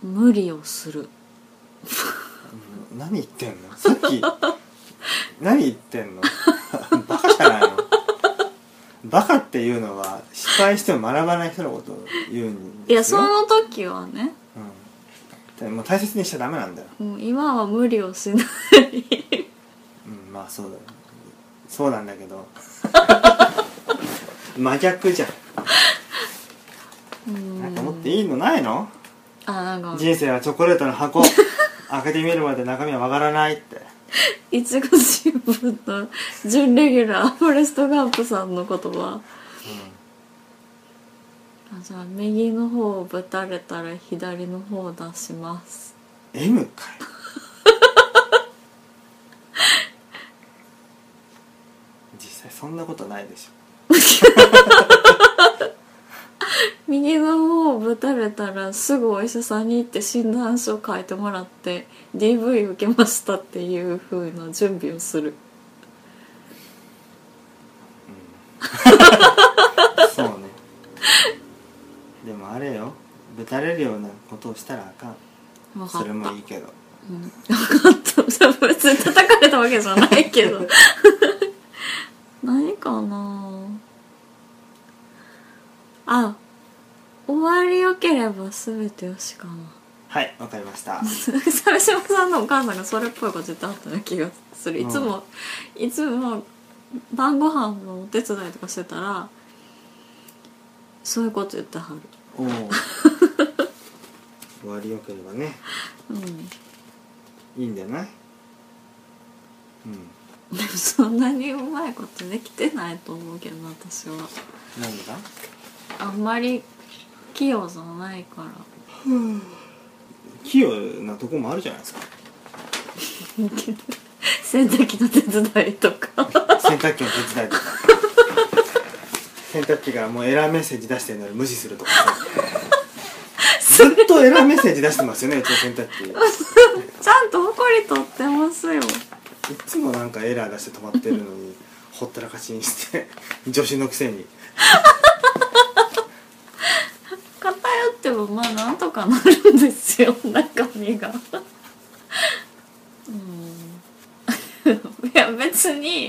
Speaker 1: ら無理をする
Speaker 2: うん何言ってんのさっき 何言ってんの バカじゃないのバカっていうのは失敗しても学ばない人のことを言うん
Speaker 1: いや
Speaker 2: です
Speaker 1: そ
Speaker 2: よ
Speaker 1: の時はね
Speaker 2: うん、でも大切にしちゃダメなんだよ、
Speaker 1: もう今は無理をしない
Speaker 2: うん、まあそうだよそうなんだけど 真逆じゃ
Speaker 1: うんん
Speaker 2: なんかもっといいのないの
Speaker 1: あなんか
Speaker 2: 人生はチョコレートの箱開けてみるまで中身はわからないって
Speaker 1: いちご新聞の準レギュラーフォレスト・ガンプさんの言葉あじゃあ右の方をぶたれたら左の方を出します
Speaker 2: うん M かよ 実際そんなことないでし
Speaker 1: 右の方をぶたれたらすぐお医者さんに行って診断書を書いてもらって DV 受けましたっていう風な準備をする
Speaker 2: ょそうねでもあれよぶたれるようなことをしたらあかん
Speaker 1: 分かっ
Speaker 2: そ
Speaker 1: た
Speaker 2: れもいいけど
Speaker 1: うん、分かった別に叩かれたわけじゃないけど何か な あ終わりよければ全てよしかな
Speaker 2: はいわかり ました
Speaker 1: 鮫島さんのお母さんがそれっぽいこと言ってはったような気がするいつも、いつも晩ご飯のお手伝いとかしてたらそういうこと言ってはる
Speaker 2: おお終わりよければね
Speaker 1: うん
Speaker 2: いいんじゃないうん
Speaker 1: でもそんなにうまいことできてないと思うけどな私は
Speaker 2: なんでだ
Speaker 1: あんまり器用じゃないから
Speaker 2: 器用なとこもあるじゃないですか
Speaker 1: 洗濯機の手伝いとか
Speaker 2: 洗濯機の手伝いとか洗濯機からもうエラーメッセージ出してるのに無視するとかさずっとエラーメッセージ出してますよねうちの洗濯機
Speaker 1: ちゃんと埃取ってますよ
Speaker 2: いつもなんかエラー出して止まってるのにほったらかしにして女子のくせに
Speaker 1: 偏ってもまあなんとかなるんですよ中身がうんいや別に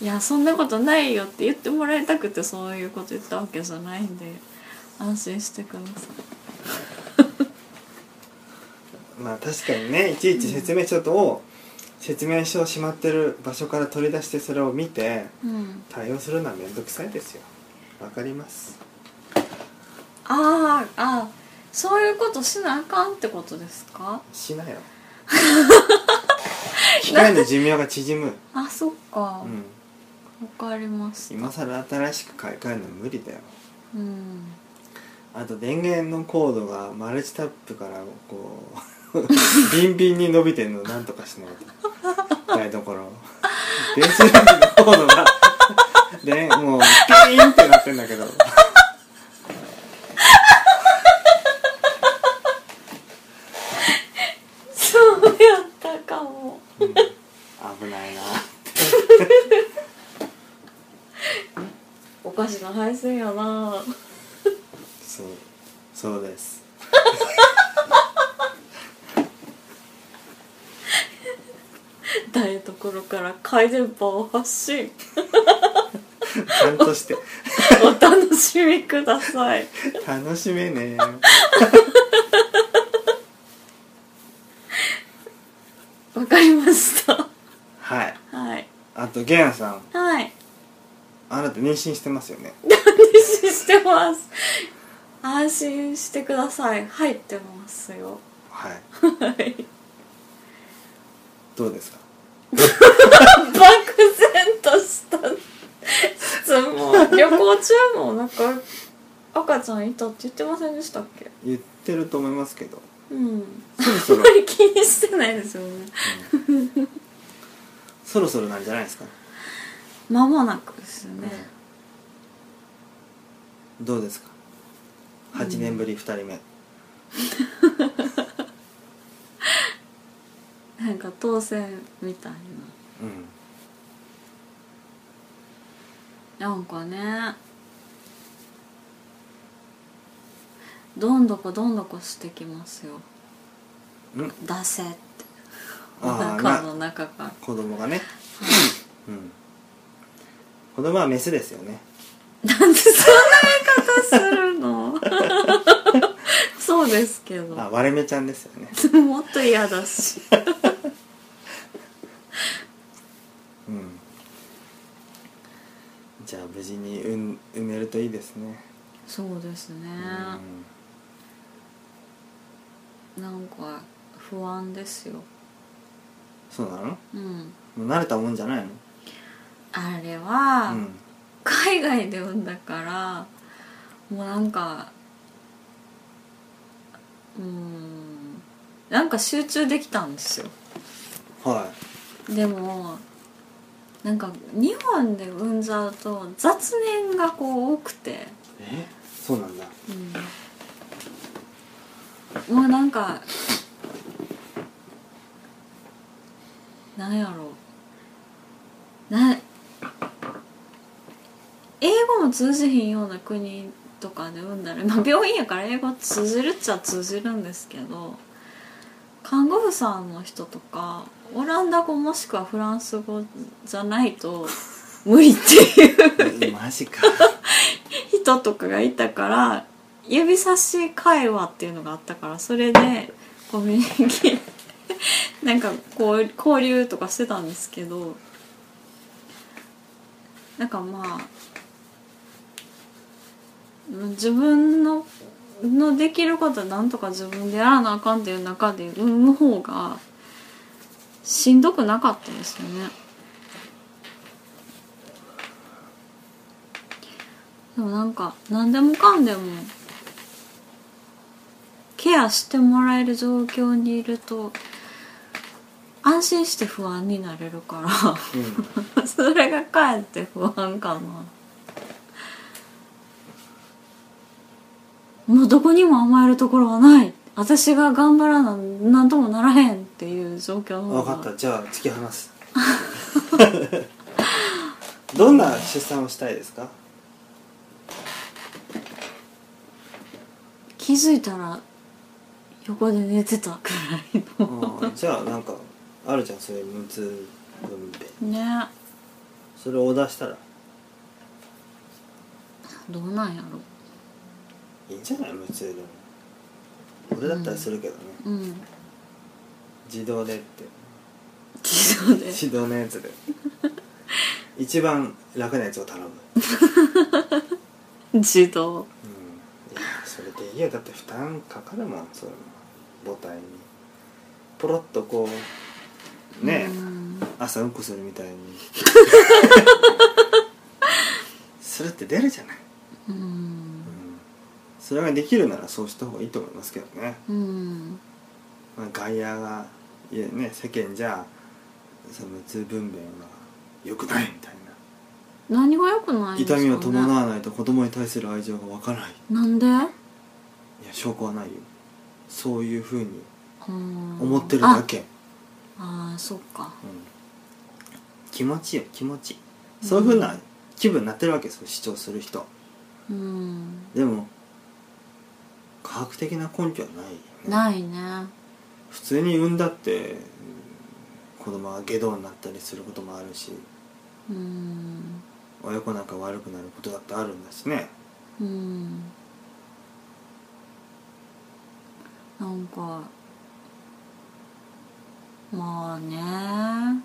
Speaker 1: いやそんなことないよって言ってもらいたくてそういうこと言ったわけじゃないんで安心してくださ
Speaker 2: まあ確かにねいちいち説明書とを説明書をしまってる場所から取り出してそれを見て
Speaker 1: い、うん、
Speaker 2: 対応するのは面倒くさいですよわかります
Speaker 1: あーあそういうことしなあかんってことですか
Speaker 2: しなよ機械の寿命が縮む、
Speaker 1: あそっかわ
Speaker 2: う、ん、
Speaker 1: かります
Speaker 2: 今更新しく買い替えるの無理だよ
Speaker 1: うん
Speaker 2: あと電源のコードがマルチタップからこうビンビンに伸びてんのなんとかしないと台所電子レンジのコードがでもうピーンってなってんだけど
Speaker 1: そうやったかも
Speaker 2: 危ないな
Speaker 1: おかしな配線やな
Speaker 2: そうそうです
Speaker 1: 台所から回電波を発信
Speaker 2: ちゃんとして
Speaker 1: お楽しみください
Speaker 2: 楽しめね
Speaker 1: わかりました
Speaker 2: はい
Speaker 1: はい
Speaker 2: あとゲンさん
Speaker 1: はい
Speaker 2: あなた妊娠してますよね
Speaker 1: 安心してます安心してください入ってますよ
Speaker 2: はい
Speaker 1: はい
Speaker 2: どうですか
Speaker 1: 漠然とした質問旅行中もなんか赤ちゃんいたって言ってませんでしたっけ
Speaker 2: 言ってると思いますけど
Speaker 1: うん
Speaker 2: そ
Speaker 1: あ
Speaker 2: ろそ
Speaker 1: ん
Speaker 2: ろ
Speaker 1: まり気にしてないですよね
Speaker 2: そろそろなんじゃないですか
Speaker 1: 間もなくですよね、
Speaker 2: どうですか8年ぶり2人目、
Speaker 1: なんか当選みたい
Speaker 2: うん、
Speaker 1: ななんかねどんどこどんどこしてきますよ
Speaker 2: ん
Speaker 1: 出せってお
Speaker 2: ああ
Speaker 1: 腹の
Speaker 2: な
Speaker 1: 中から
Speaker 2: 子供がね、うん、子供はメスですよね
Speaker 1: なんでそんな言い方するのそうですけど
Speaker 2: あ割れ目ちゃんですよね、
Speaker 1: もっと嫌だし
Speaker 2: うん、じゃあ無事に産産めるといいですね、
Speaker 1: そうですね、なんか不安ですよ
Speaker 2: そうなのも
Speaker 1: うん
Speaker 2: う慣れたもんじゃないの
Speaker 1: あれは、
Speaker 2: うん
Speaker 1: 海外で産んだからもうなんかうーんなんか集中できたんですよ
Speaker 2: は
Speaker 1: でもなんか日本で産んじゃうと雑念がこう多くて、
Speaker 2: いえそうなん だ
Speaker 1: うん、もうなんかなんやろな英語も通じひんような国とかで産んだら、まあ、病院やから英語通じるっちゃ通じるんですけど看護婦さんの人とかオランダ語もしくはフランス語じゃないと無理っていう
Speaker 2: えマジか
Speaker 1: 人とかがいたから指差し会話っていうのがあったからそれでコミュニケ なんかこう交流とかしてたんですけどなんかまあうん自分ののできることはなんとか自分でやらなあかんっていう中で産む方がしんどくなかったですよね。でもなんか何でもかんでもケアしてもらえる状況にいると安心して不安になれるか
Speaker 2: うん
Speaker 1: ら それがかえって不安かなもうどこにも甘えるところはない私が頑張らななんともならへんっていう状況の方
Speaker 2: 分
Speaker 1: が
Speaker 2: かったじゃあ突き放す どんな出産をしたいですか
Speaker 1: 気づいたら横で寝てたくらいの
Speaker 2: あーじゃあなんかあるじゃんそういう無痛分娩
Speaker 1: ね
Speaker 2: それをオーダーしたら
Speaker 1: どうなんやろ
Speaker 2: いいんじゃない無痛でも俺だったらするけどね、
Speaker 1: うん
Speaker 2: 自動でって
Speaker 1: 自動で
Speaker 2: 自動のやつで一番楽なやつを頼む、うん、い
Speaker 1: 自動
Speaker 2: やそれでいいよだって負担かかるもんそういうの母体にポロッとこうねえ、
Speaker 1: うん
Speaker 2: 朝うんこするみたいにするって出るじゃない、
Speaker 1: うん
Speaker 2: うん、それができるならそうした方がいいと思いますけどね、
Speaker 1: うん
Speaker 2: まあ、外野がいやね世間じゃその無痛分娩は良くないみたいな
Speaker 1: 何が良くないんです
Speaker 2: 痛
Speaker 1: か、ね、
Speaker 2: みを伴わないと子供に対する愛情がわからないい
Speaker 1: なんで
Speaker 2: や証拠はないよそういうふうに思
Speaker 1: 思
Speaker 2: ってるだけ、うん、
Speaker 1: ああーそっか
Speaker 2: 気持ちよ気持ちそういうふうな気分になってるわけですよ主張する人
Speaker 1: うん
Speaker 2: でも科学的な根拠はないよね
Speaker 1: ないね
Speaker 2: 普通に産んだってうん子供が下道になったりすることもあるし
Speaker 1: うん
Speaker 2: 親子仲悪くなることだってあるんだしね
Speaker 1: うんなんかまあね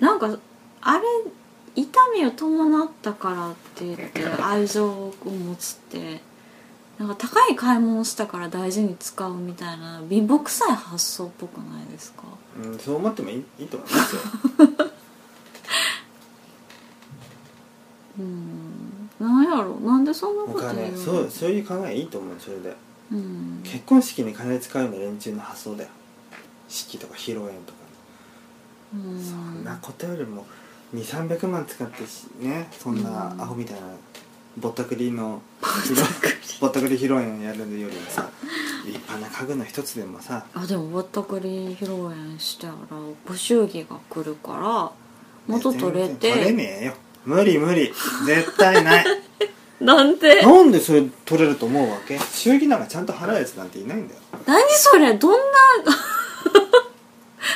Speaker 1: なんかあれ痛みを伴ったからって言って愛情を持つってなんか高い買い物したから大事に使うみたいな貧乏くさい発想っぽくないですか
Speaker 2: うん、そう思ってもいいいいと思い ますよ
Speaker 1: うんなんやろなんでそんな
Speaker 2: お
Speaker 1: こと言う
Speaker 2: 金
Speaker 1: の
Speaker 2: そうそういう考えいいと思うそれで
Speaker 1: うん
Speaker 2: 結婚式に金使うような連中の発想だよ式とか披露宴とか
Speaker 1: うん
Speaker 2: そんなことよりも2 3 0 0万使ってしねそんなアホみたいなぼったくりの披露ぼったくり披露宴やるよりもさ立派な家具の一つでもさ
Speaker 1: あでもぼったくり披露宴したらご祝儀が来るから元取れ
Speaker 2: 全然取れ
Speaker 1: て
Speaker 2: ねえよ無理無理絶対ない
Speaker 1: なんで
Speaker 2: なんでそれ取れると思うわけ祝儀なんかちゃんと払うやつなんていないんだよ
Speaker 1: 何それどんな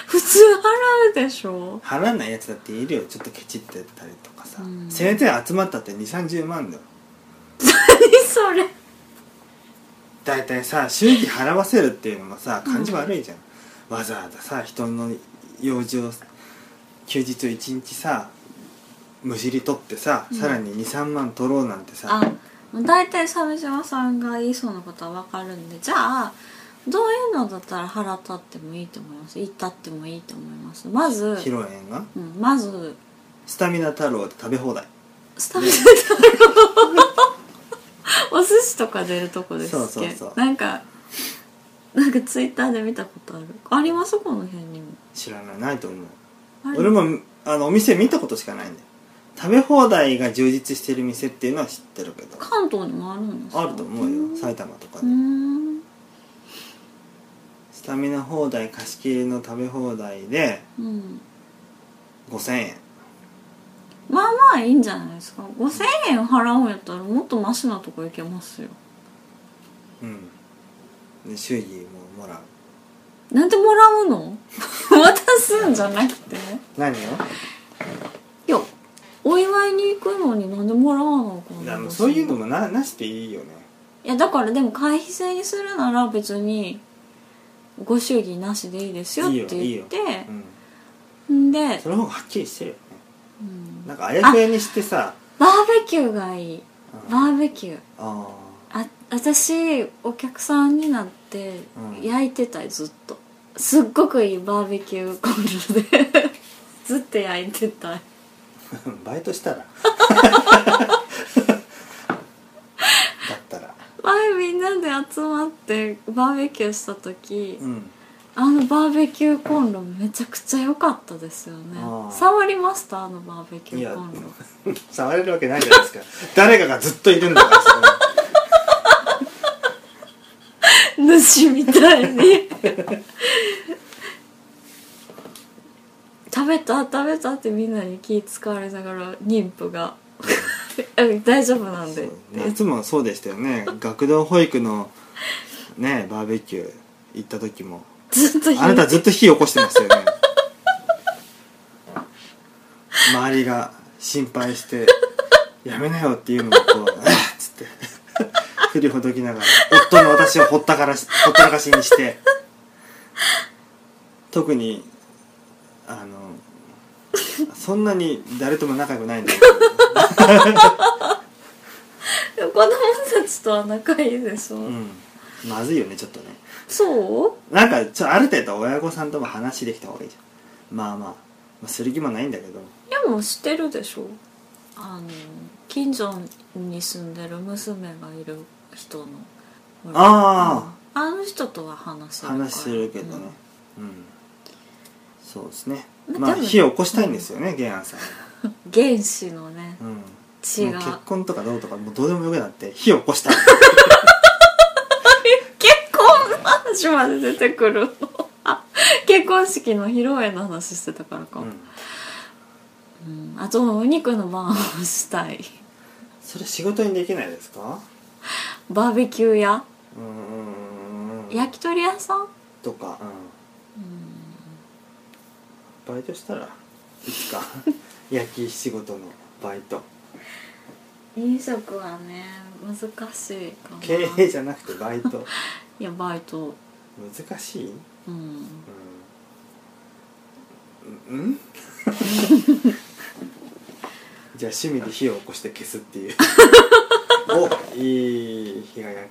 Speaker 1: 普通払うでしょ
Speaker 2: 払わないやつだっているよちょっとケチってたりとかさ、
Speaker 1: うん
Speaker 2: せいぜい集まったって2 3 0万だよ
Speaker 1: 何それ
Speaker 2: 大体さ祝儀払わせるっていうのもさ感じ悪いじゃん、わざわざさ人の用事を休日を1日さむしり取ってさ、
Speaker 1: うん
Speaker 2: さらに23万取ろうなんてさ
Speaker 1: あ大体鮫島さんが言いそうなことは分かるんでじゃあどういうのだったら払ったってもいいと思います行ったってもいいと思いますまず
Speaker 2: 披、露宴が
Speaker 1: うん、まず
Speaker 2: スタミナ太郎で食べ放題
Speaker 1: スタミナ太郎 お寿司とか出るとこですっけ
Speaker 2: そうそうそう
Speaker 1: なんかなんかツイッターで見たことあるありますこの辺にも
Speaker 2: 知らないないと思う
Speaker 1: あれ
Speaker 2: 俺もあのお店見たことしかないんだよ食べ放題が充実してる店っていうのは知ってるけど
Speaker 1: 関東にもあるんですか
Speaker 2: あると思うよ埼玉とか
Speaker 1: う
Speaker 2: で、
Speaker 1: ーん
Speaker 2: スタミナ放題貸し切りの食べ放題で
Speaker 1: うん
Speaker 2: 5000円
Speaker 1: まあまあいいんじゃないですか5000円払うんやったらもっとマシなとこ行けますよ
Speaker 2: うんで祝儀ももらう
Speaker 1: なんでもらうの 渡すんじゃなくて
Speaker 2: 何を
Speaker 1: いやお祝いにくのになんでもらわなあかん
Speaker 2: あの
Speaker 1: の
Speaker 2: そういうのもななしていいよね
Speaker 1: いやだからでも会費制にするなら別にご祝儀なしでいいですよって言って
Speaker 2: うん
Speaker 1: んで、
Speaker 2: その方がはっきりしてるよね
Speaker 1: うん
Speaker 2: なんかあやふやにしてさ
Speaker 1: バーベキューがいい
Speaker 2: うん
Speaker 1: バーベキュー
Speaker 2: あ
Speaker 1: あ私お客さんになって
Speaker 2: うん
Speaker 1: 焼いてたよずっとすっごくいいバーベキューコンロで ずっと焼いてたい
Speaker 2: ー バイトしたらだったら
Speaker 1: 前みんなで集まってバーベキューした時、
Speaker 2: うん
Speaker 1: あのバーベキューコンロめちゃくちゃ良かったですよね
Speaker 2: あー
Speaker 1: 触りましたあのバーベキュ
Speaker 2: い
Speaker 1: ー
Speaker 2: や
Speaker 1: コンロ
Speaker 2: 触れるわけないじゃないですか誰かがずっといるんだからそこに
Speaker 1: 主みたいに食べた食べたってみんなに気使われながら妊婦がえ大丈夫なんで
Speaker 2: そう夏もそうでしたよね学童保育のねバーベキュー行った時も
Speaker 1: ずっと
Speaker 2: あなたずっと火起こしてましたよね周りが心配して「やめなよ」っていうのもこう「えっ」つって振りほどきながら夫の私をほったからしほったらかしにして特にあのそんなに誰とも仲良くないんだけど
Speaker 1: 子供たちとは仲いいでしょ、
Speaker 2: うんまずいよねちょっとね
Speaker 1: そう
Speaker 2: なんかちょある程度親御さんとも話できた方がいいじゃんまあまあ、まあ、する気もないんだけど
Speaker 1: いやもうしてるでしょあの近所に住んでる娘がいる人のほら
Speaker 2: あ
Speaker 1: うんあの人とは話せるから
Speaker 2: 話するけどねうん、そうですね
Speaker 1: まあ
Speaker 2: まあ
Speaker 1: 多分
Speaker 2: 火を起こしたいんですよね玄安さんは
Speaker 1: うん原子のね
Speaker 2: うんもう
Speaker 1: 血が
Speaker 2: 結婚とかどうとかもうどうでもよくなって火を起こしたい
Speaker 1: 結婚の話まで出てくるのあ結婚式の披露宴の話してたからか、
Speaker 2: う
Speaker 1: うん
Speaker 2: ん
Speaker 1: あとお肉の晩をしたい
Speaker 2: それ仕事にできないですか
Speaker 1: バーベキュー屋
Speaker 2: うんうんうんうん
Speaker 1: 焼き鳥屋さん、
Speaker 2: とか、うん、バイトしたらい つか焼き仕事のバイト
Speaker 1: 飲食はね難しいかな
Speaker 2: 経営じゃなくてバイト
Speaker 1: いやバイト
Speaker 2: 難しい
Speaker 1: うん
Speaker 2: うん、 うん、じゃあ趣味で火を起こして消すっていう おいい火がや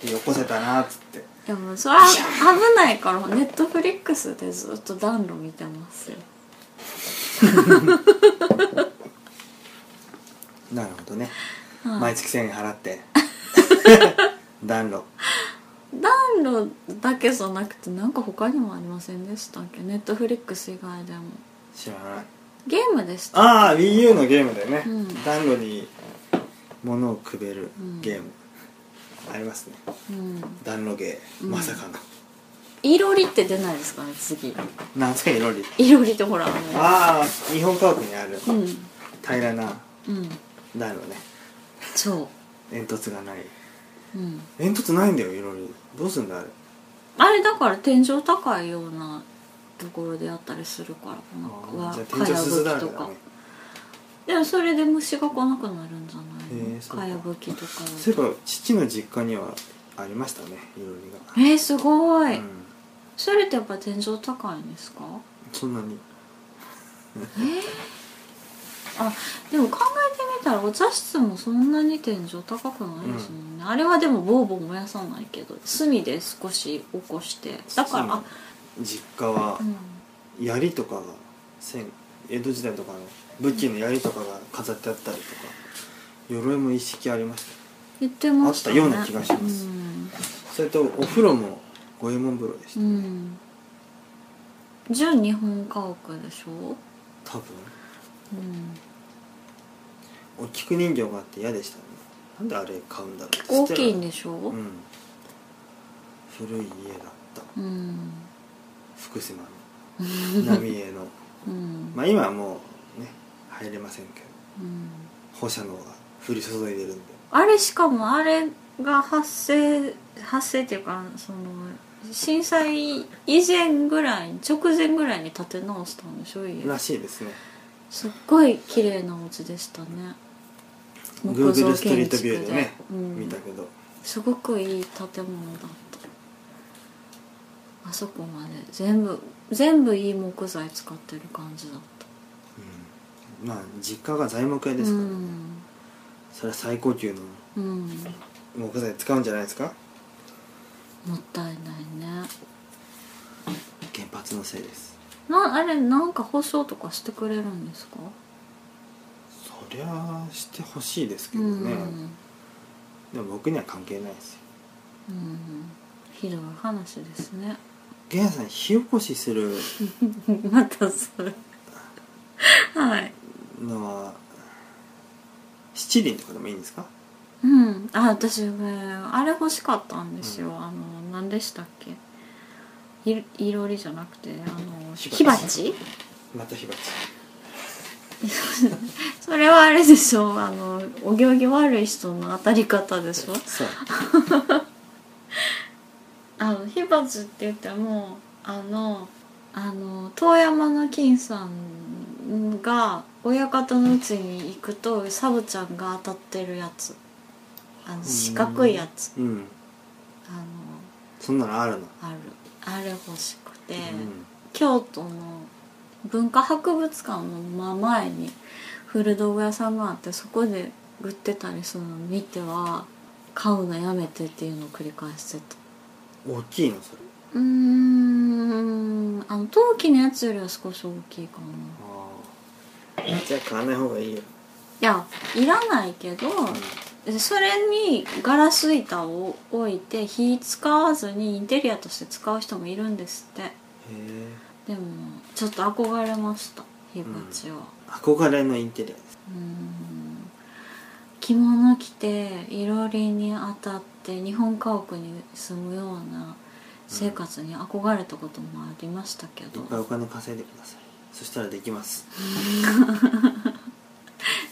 Speaker 2: 火起こせたなっつって
Speaker 1: でもそれは危ないからネットフリックスでずっと暖炉見てますよ
Speaker 2: なるほどね、
Speaker 1: はい
Speaker 2: 毎月1000円払って 暖炉
Speaker 1: 暖炉だけじゃなくてなんか他にもありませんでしたっけネットフリックス以外でも
Speaker 2: 知らない
Speaker 1: ゲームでした
Speaker 2: ああ WiiU のゲームだよね、
Speaker 1: うん
Speaker 2: 暖炉に物をくべるゲーム、ありますね
Speaker 1: うん
Speaker 2: 暖炉ゲー、
Speaker 1: うん
Speaker 2: まさかの
Speaker 1: いろりって出ないですかね次
Speaker 2: なんすかいろり
Speaker 1: いろりってほらあ
Speaker 2: ああ日本家屋にある
Speaker 1: のうん
Speaker 2: 平らな
Speaker 1: うん
Speaker 2: 暖炉ね
Speaker 1: そ、
Speaker 2: 煙突がないう
Speaker 1: うん、
Speaker 2: 煙突ないんだよいろいろどうすんだあれ
Speaker 1: あれだから天井高いようなところであったりするからなん
Speaker 2: あー
Speaker 1: か
Speaker 2: じゃ
Speaker 1: わ
Speaker 2: あ天井鈴だらけ
Speaker 1: と
Speaker 2: だ
Speaker 1: か
Speaker 2: ね
Speaker 1: でもそれで虫が来なくなるんじゃない
Speaker 2: へ
Speaker 1: の
Speaker 2: ーそうか
Speaker 1: かやぶきとか
Speaker 2: そういえば父の実家にはありましたねいろりが、
Speaker 1: えー、すごい、
Speaker 2: うん、
Speaker 1: それってやっぱ天井高いんですか
Speaker 2: そんなに
Speaker 1: えー、あでも考えてみたらお茶室もそんなに天井高くないですもんね、あれはでもボーボー燃やさないけど炭で少し起こしてだか
Speaker 2: 父
Speaker 1: ら
Speaker 2: の実家は
Speaker 1: あうん
Speaker 2: 槍とかが戦江戸時代とかの武器の槍とかが飾ってあったりとか鎧も一式ありまし
Speaker 1: 言ってました、ね、
Speaker 2: あったような気がします
Speaker 1: うん
Speaker 2: たそれとお風呂も五右衛門風呂でした、
Speaker 1: うん純日本家屋でしょ、
Speaker 2: 多分
Speaker 1: うん、
Speaker 2: お菊人形があって嫌でしたねなんであれ買うんだろう
Speaker 1: 大きいんでし
Speaker 2: う
Speaker 1: ょ、
Speaker 2: ん古い家だった
Speaker 1: うん
Speaker 2: 福島の浪 江の
Speaker 1: うん
Speaker 2: まあ今はもうね入れませんけど
Speaker 1: うん
Speaker 2: 放射能が降り注いでるんで
Speaker 1: あれしかもあれが発生発生っていうかその震災以前ぐらい直前ぐらいに建て直したんでしょ家
Speaker 2: らしいですね
Speaker 1: すっごい綺麗なお家でしたね
Speaker 2: Google ストリートビューでね、
Speaker 1: うん
Speaker 2: 見たけど
Speaker 1: すごくいい建物だったあそこまで全部全部いい木材使ってる感じだった
Speaker 2: まあ実家が材木屋ですからね、それは最高級の
Speaker 1: うん、うん、
Speaker 2: 木材使うんじゃないですか
Speaker 1: もったいないね
Speaker 2: 原発のせいです
Speaker 1: なあれなんか保証とかしてくれるんですか、
Speaker 2: そりゃあしてほしいですけ
Speaker 1: う
Speaker 2: どね、
Speaker 1: ん、
Speaker 2: でも僕には関係ないですよ
Speaker 1: うんひどい話ですね
Speaker 2: ゲンさん火起こしする
Speaker 1: またそれはい
Speaker 2: のは七輪とかでもいいんですか
Speaker 1: うん、あ私ねあれ欲しかったんですよ、あの何でしたっけいいろりじゃなくてあの火
Speaker 2: 火
Speaker 1: 鉢
Speaker 2: 鉢また火鉢
Speaker 1: それはあれでしょあのお行儀悪い人の当たり方でしょ
Speaker 2: そう
Speaker 1: あの火鉢って言ってもあのあの遠山の金さんが親方のうちに行くとサブちゃんが当たってるやつあの四角いやつ
Speaker 2: うん
Speaker 1: あの
Speaker 2: そんなのあるの、
Speaker 1: あるあれ欲しくて。
Speaker 2: うん
Speaker 1: 京都の文化博物館の真前に古道具屋さんがあってそこで売ってたりするのを見ては買うのやめてっていうのを繰り返してた
Speaker 2: 大きいのそれ
Speaker 1: うーんあの陶器のやつよりは少し大きいかな
Speaker 2: ああじゃあ買わない方がいいよ、
Speaker 1: いやいらないけどそれにガラス板を置いて火使わずにインテリアとして使う人もいるんですって
Speaker 2: へえ
Speaker 1: でもちょっと憧れました火鉢は。
Speaker 2: 憧れのインテリアです
Speaker 1: うーん着物着ていろりに当たって日本家屋に住むような生活に憧れたこともありましたけ
Speaker 2: い
Speaker 1: ど
Speaker 2: っ、ぱいお金稼いでくださいそしたらできます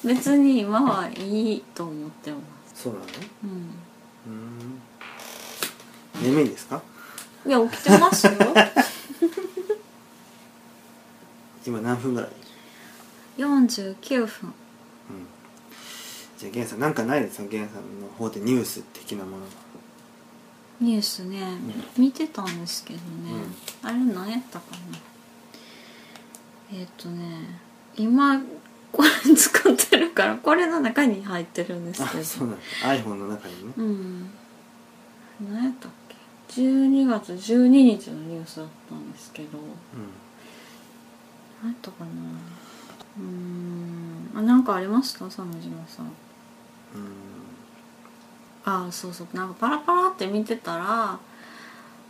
Speaker 1: 別に今はいいと思ってます、
Speaker 2: そうなの
Speaker 1: う
Speaker 2: うん眠いんですか
Speaker 1: ん、いや起きて ますよ
Speaker 2: 今何分ぐらい
Speaker 1: 49分
Speaker 2: うんじゃあゲンさんなんかないですかゲンさんの方でニュース的なものが
Speaker 1: ニュースね、見てたんですけどね、あれ何やったかなえーっ、とね今これ使ってるからこれの中に入ってるんですけ
Speaker 2: あ
Speaker 1: ど
Speaker 2: そうなんだ iPhone の中にね
Speaker 1: うん何やったっけ12月12日のニュースだったんですけど
Speaker 2: う
Speaker 1: 何やったかなうーんあなんかありました鮫島さん
Speaker 2: ん
Speaker 1: あそうそうなんかパラパラって見てたら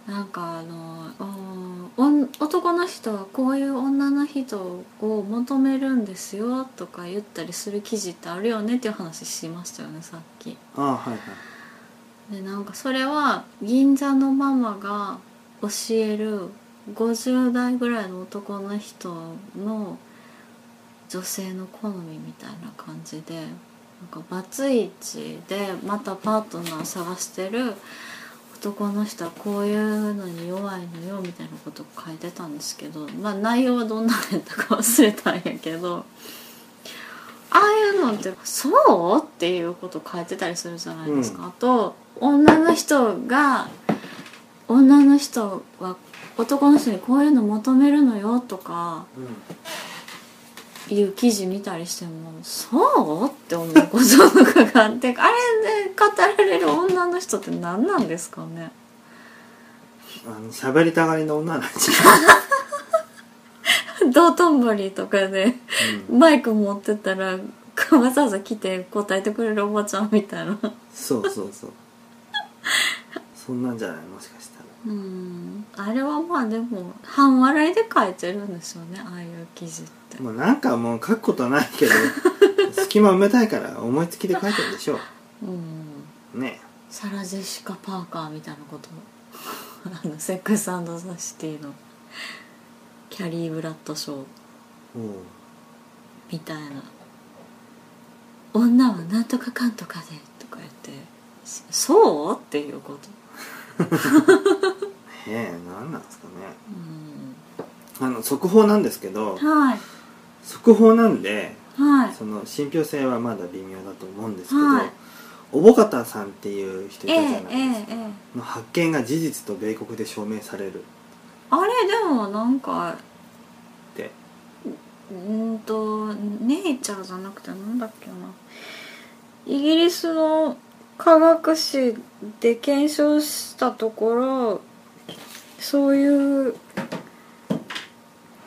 Speaker 1: なんかあのうんお男の人はこういう女の人を求めるんですよとか言ったりする記事ってあるよねっていう話しましたよねさっき。
Speaker 2: ああはいはい
Speaker 1: でなんかそれは銀座のママが教える50代ぐらいの男の人の女性の好みみたいな感じでなんかバツイチでまたパートナー探してる男の人はこういうのに弱いのよみたいなことを書いてたんですけどまあ内容はどんなのやったか忘れたんやけどああいうのって「そう?」っていうこと書いてたりするじゃないですか。あと女の人が女の人は男の人にこういうの求めるのよとか
Speaker 2: う
Speaker 1: いう記事見たりしてもそうって思うこととかがあってあれで語られる女の人って何なんですかね
Speaker 2: んあの喋りたがりの女なんじ
Speaker 1: 道頓堀とかで
Speaker 2: ゃん、うん、
Speaker 1: マイク持ってたらわざわざ来て答えてくれるおばちゃんみたいな
Speaker 2: そうそうそうそんなんじゃないもしかしたら
Speaker 1: うんあれはまあでも半笑いで書いてるんですよねああいう記事って
Speaker 2: もうなんかもう書くことはないけど隙間埋めたいから思いつきで書いてるでしょ
Speaker 1: うん
Speaker 2: うね
Speaker 1: サラ・ジェシカ・パーカーみたいなこと あのセックスザ・シティのキャリー・ブラッドショー
Speaker 2: おう
Speaker 1: みたいな「女はなんとかかんとかで」とか言って「そそう?」っていうこと
Speaker 2: ねえ何なんですかね
Speaker 1: うん
Speaker 2: あの速報なんですけど
Speaker 1: はい
Speaker 2: 速報なんで
Speaker 1: はい
Speaker 2: その信憑性はまだ微妙だと思うんですけど、
Speaker 1: はい
Speaker 2: 小保方さんっていう人い
Speaker 1: え
Speaker 2: た
Speaker 1: え
Speaker 2: じゃないですか、
Speaker 1: ええええ
Speaker 2: の発見が事実と米国で証明されるっ
Speaker 1: あれでもなんか
Speaker 2: て
Speaker 1: うーんとネイチャーじゃなくてなんだっけなイギリスの科学誌で検証したところそういう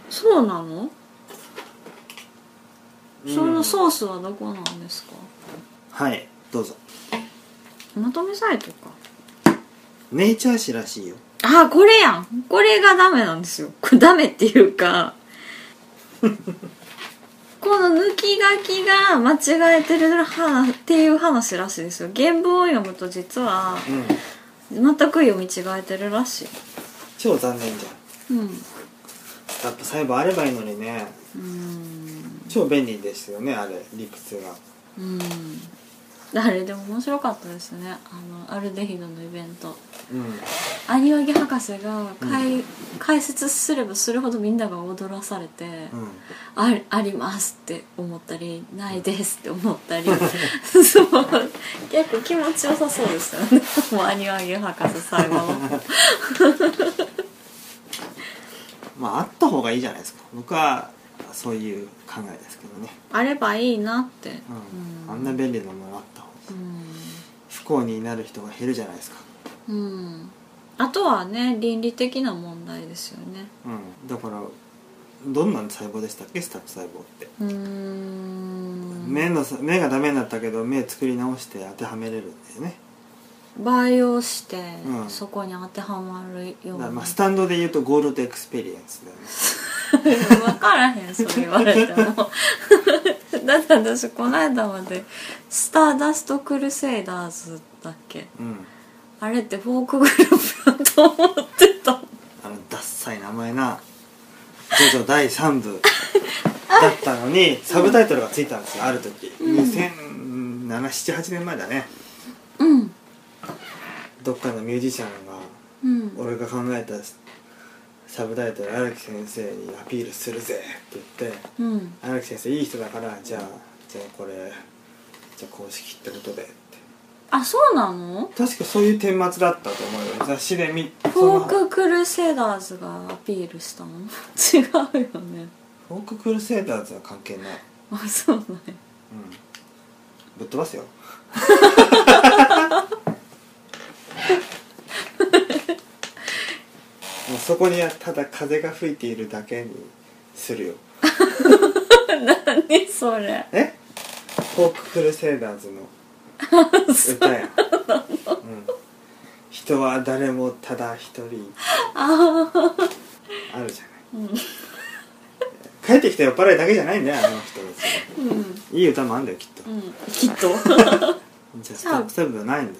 Speaker 1: そうなの、そのソースはどこなんですか
Speaker 2: はいどうぞ
Speaker 1: まとめサイトか
Speaker 2: ネイチャー誌らしいよ
Speaker 1: あこれやんこれがダメなんですよこれダメっていう かこの抜き書きが間違えてる話っていう話らしいですよ原文を読むと実は
Speaker 2: うん
Speaker 1: 全く読み違えてるらしい
Speaker 2: 超残念じゃん
Speaker 1: うんう
Speaker 2: やっぱ細部あればいいのにね
Speaker 1: ーん
Speaker 2: 超便利ですよねあれ理屈が
Speaker 1: うんあれでも面白かったですねあのアルデヒドのイベント
Speaker 2: うん
Speaker 1: 有ギ博士が解,、解説すればするほどみんなが踊らされて、
Speaker 2: うん
Speaker 1: あありますって思ったりないですって思ったり そう結構気持ちよさそうでしたよね もうアニワギ博士最後 は
Speaker 2: まああった方がいいじゃないですか僕はそういう考えですけどね、
Speaker 1: あればいいなって、
Speaker 2: う
Speaker 1: う
Speaker 2: んあんな便利なものあった方が不幸になる人が減るじゃないですか
Speaker 1: うん、うん、あとはね倫理的な問題ですよね
Speaker 2: うんだからどんな細胞でしたっけスタップ細胞って、
Speaker 1: うーん
Speaker 2: 目のさ目がダメになったけど目作り直して当てはめれるんだよね
Speaker 1: 培養して、
Speaker 2: うん
Speaker 1: そこに当てはまるよう
Speaker 2: だから
Speaker 1: な
Speaker 2: まあスタンドで言うとゴールドエクスペリエンスだよね
Speaker 1: 分からへんそれ言われても だって私この間まで「スターダスト・クルセイダーズ」だっけ
Speaker 2: うん
Speaker 1: あれってフォークグループだと思ってた
Speaker 2: あのダッサい名前な「ジョジョ第3部」だったの にサブタイトルがついたんですよある時、200778年前だね
Speaker 1: うん
Speaker 2: どっかのミュージシャンが
Speaker 1: うん
Speaker 2: 俺が考えたサブタイトル荒木先生にアピールするぜって言って
Speaker 1: うん
Speaker 2: 荒木先生いい人だからじゃあじゃあこれじゃあ公式ってことでって
Speaker 1: あそうなの
Speaker 2: 確かそういう顛末だったと思うよ雑誌で見
Speaker 1: フォー
Speaker 2: その
Speaker 1: ククルセイダーズがアピールしたの 違うよね
Speaker 2: フォーククルセイダーズは関係ない、うん、
Speaker 1: あそうなんや
Speaker 2: ぶっ飛 ばすよもうそこにはただ風が吹いているだけにするよ
Speaker 1: 何それ
Speaker 2: えフォーククルセイダ ーズの歌や、うん、人は誰もただ一人
Speaker 1: ああ
Speaker 2: あるじゃない、 帰ってきた酔っ払いだけじゃないんだよあの人たち
Speaker 1: うんうん
Speaker 2: いい歌もあんだよきっと、
Speaker 1: きっと
Speaker 2: じゃあス
Speaker 1: じ
Speaker 2: タ
Speaker 1: ゃあ
Speaker 2: ップスタップはないんだ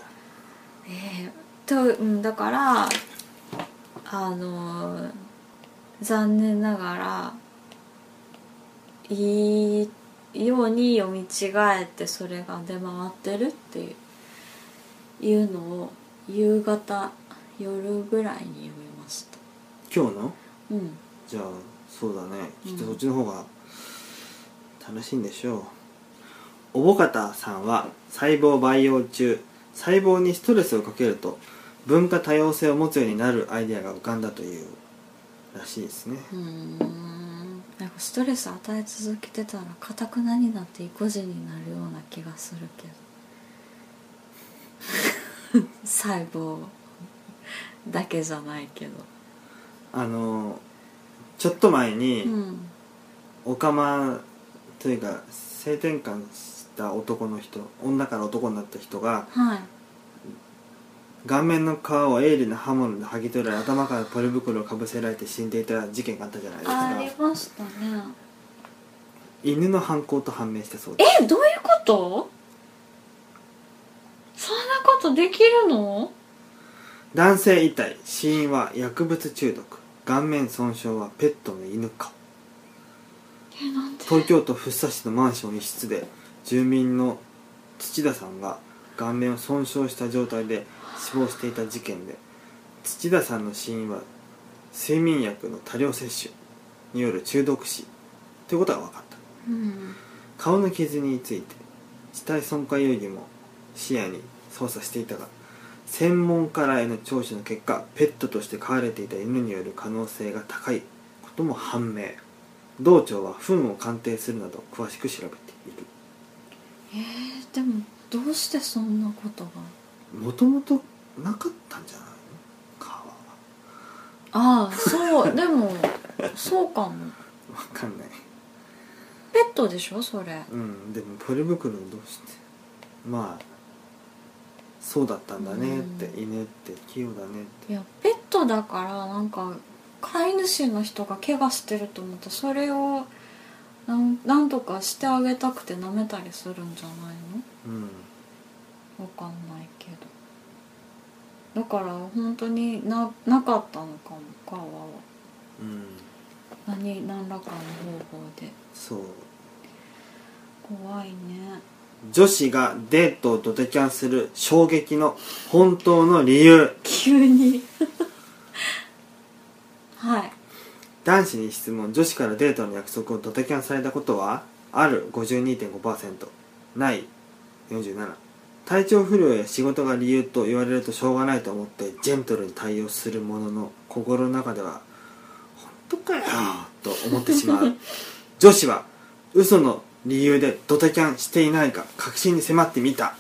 Speaker 1: えー、とうんだからあのー残念ながらいいように読み違えてそれが出回ってるっていういうのを夕方夜ぐらいに読みました
Speaker 2: 今日の
Speaker 1: うん
Speaker 2: じゃあそうだねきっと
Speaker 1: うん
Speaker 2: そっちの方が楽しいんでしょう、おぼかたさんは細胞培養中細胞にストレスをかけると文化多様性を持つようになるアイデアが浮かんだというらしいですね
Speaker 1: うーんなんかストレス与え続けてたらかたくなになって意固地になるような気がするけど 細胞だけじゃないけど
Speaker 2: あのちょっと前に、
Speaker 1: うん
Speaker 2: オカマというか性転換した男の人女から男になった人が
Speaker 1: はい
Speaker 2: 顔面の皮を鋭利な刃物で剥ぎ取られ頭からポリ袋をかぶせられて死んでいた事件があったじゃない
Speaker 1: あり
Speaker 2: ですか
Speaker 1: ましたね
Speaker 2: 犬の犯行と判明したそうです
Speaker 1: えどういうことそんなことできるの
Speaker 2: 男性遺体死因は薬物中毒顔面損傷はペットの犬か
Speaker 1: えなんで
Speaker 2: 東京都福生市のマンション一室で住民の土田さんが顔面を損傷した状態で死亡していた事件で土田さんの死因は睡眠薬の多量摂取による中毒死ということが分かった
Speaker 1: うん
Speaker 2: 顔の傷について死体損壊容疑も視野に捜査していたが専門家らへの聴取の結果ペットとして飼われていた犬による可能性が高いことも判明同庁は糞を鑑定するなど詳しく調べている
Speaker 1: えー、でもどうしてそんなことが
Speaker 2: もともとなかったんじゃないの川は
Speaker 1: ああそうでもそうかも
Speaker 2: 分かんない
Speaker 1: ペットでしょそれ
Speaker 2: うんでもポリ袋をどうしてまあそうだったんだねって、
Speaker 1: う
Speaker 2: 犬って器用だねって
Speaker 1: いやペットだからなんか飼い主の人が怪我してると思ってそれをなんなんとかしてあげたくて舐めたりするんじゃない
Speaker 2: うん
Speaker 1: のわかんないけどだから本当にななかったのかも川は
Speaker 2: うん
Speaker 1: 何何らかの方法で
Speaker 2: そう
Speaker 1: 怖いね
Speaker 2: 女子がデートをドテキャンする衝撃の本当の理由
Speaker 1: 急に はい
Speaker 2: 男子に質問女子からデートの約束をドテキャンされたことはある52.5%ない47体調不良や仕事が理由と言われるとしょうがないと思ってジェントルに対応するものの心の中では「本当かよ!」と思ってしまう 女子は嘘の理由でドタキャンしていないか確信に迫ってみた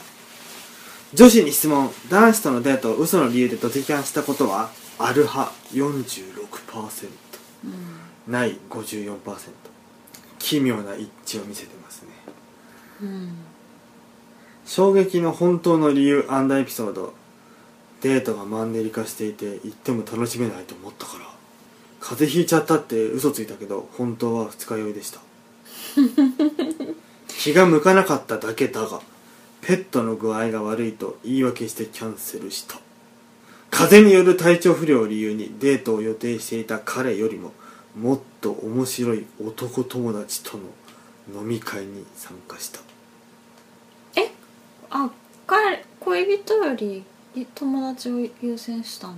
Speaker 2: 女子に質問男子とのデートを嘘の理由でドタキャンしたことはある派46%
Speaker 1: うん
Speaker 2: ない54%奇妙な一致を見せてますね
Speaker 1: うん
Speaker 2: 衝撃の本当の理由エピソードデートがマンネリ化していて行っても楽しめないと思ったから風邪ひいちゃったって嘘ついたけど本当は二日酔いでした気が向かなかっただけだがペットの具合が悪いと言い訳してキャンセルした風邪による体調不良を理由にデートを予定していた彼よりももっと面白い男友達との飲み会に参加した
Speaker 1: えあ彼恋人より友達を優先したの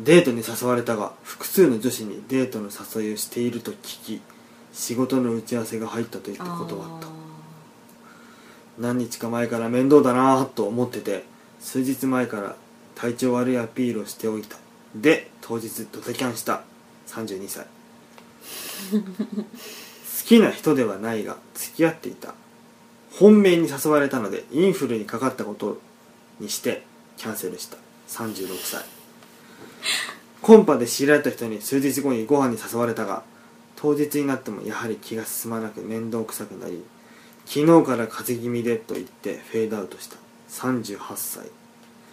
Speaker 2: デートに誘われたが複数の女子にデートの誘いをしていると聞き仕事の打ち合わせが入ったと言って断った何日か前から面倒だなぁと思ってて数日前から体調悪いアピールをしておいたで当日ドタキャンした32歳好きな人ではないが付き合っていた本命に誘われたのでインフルにかかったことにしてキャンセルした36歳コンパで知り合った人に数日後にご飯に誘われたが当日になってもやはり気が進まなく面倒くさくなり昨日から風邪気味でと言ってフェードアウトした38歳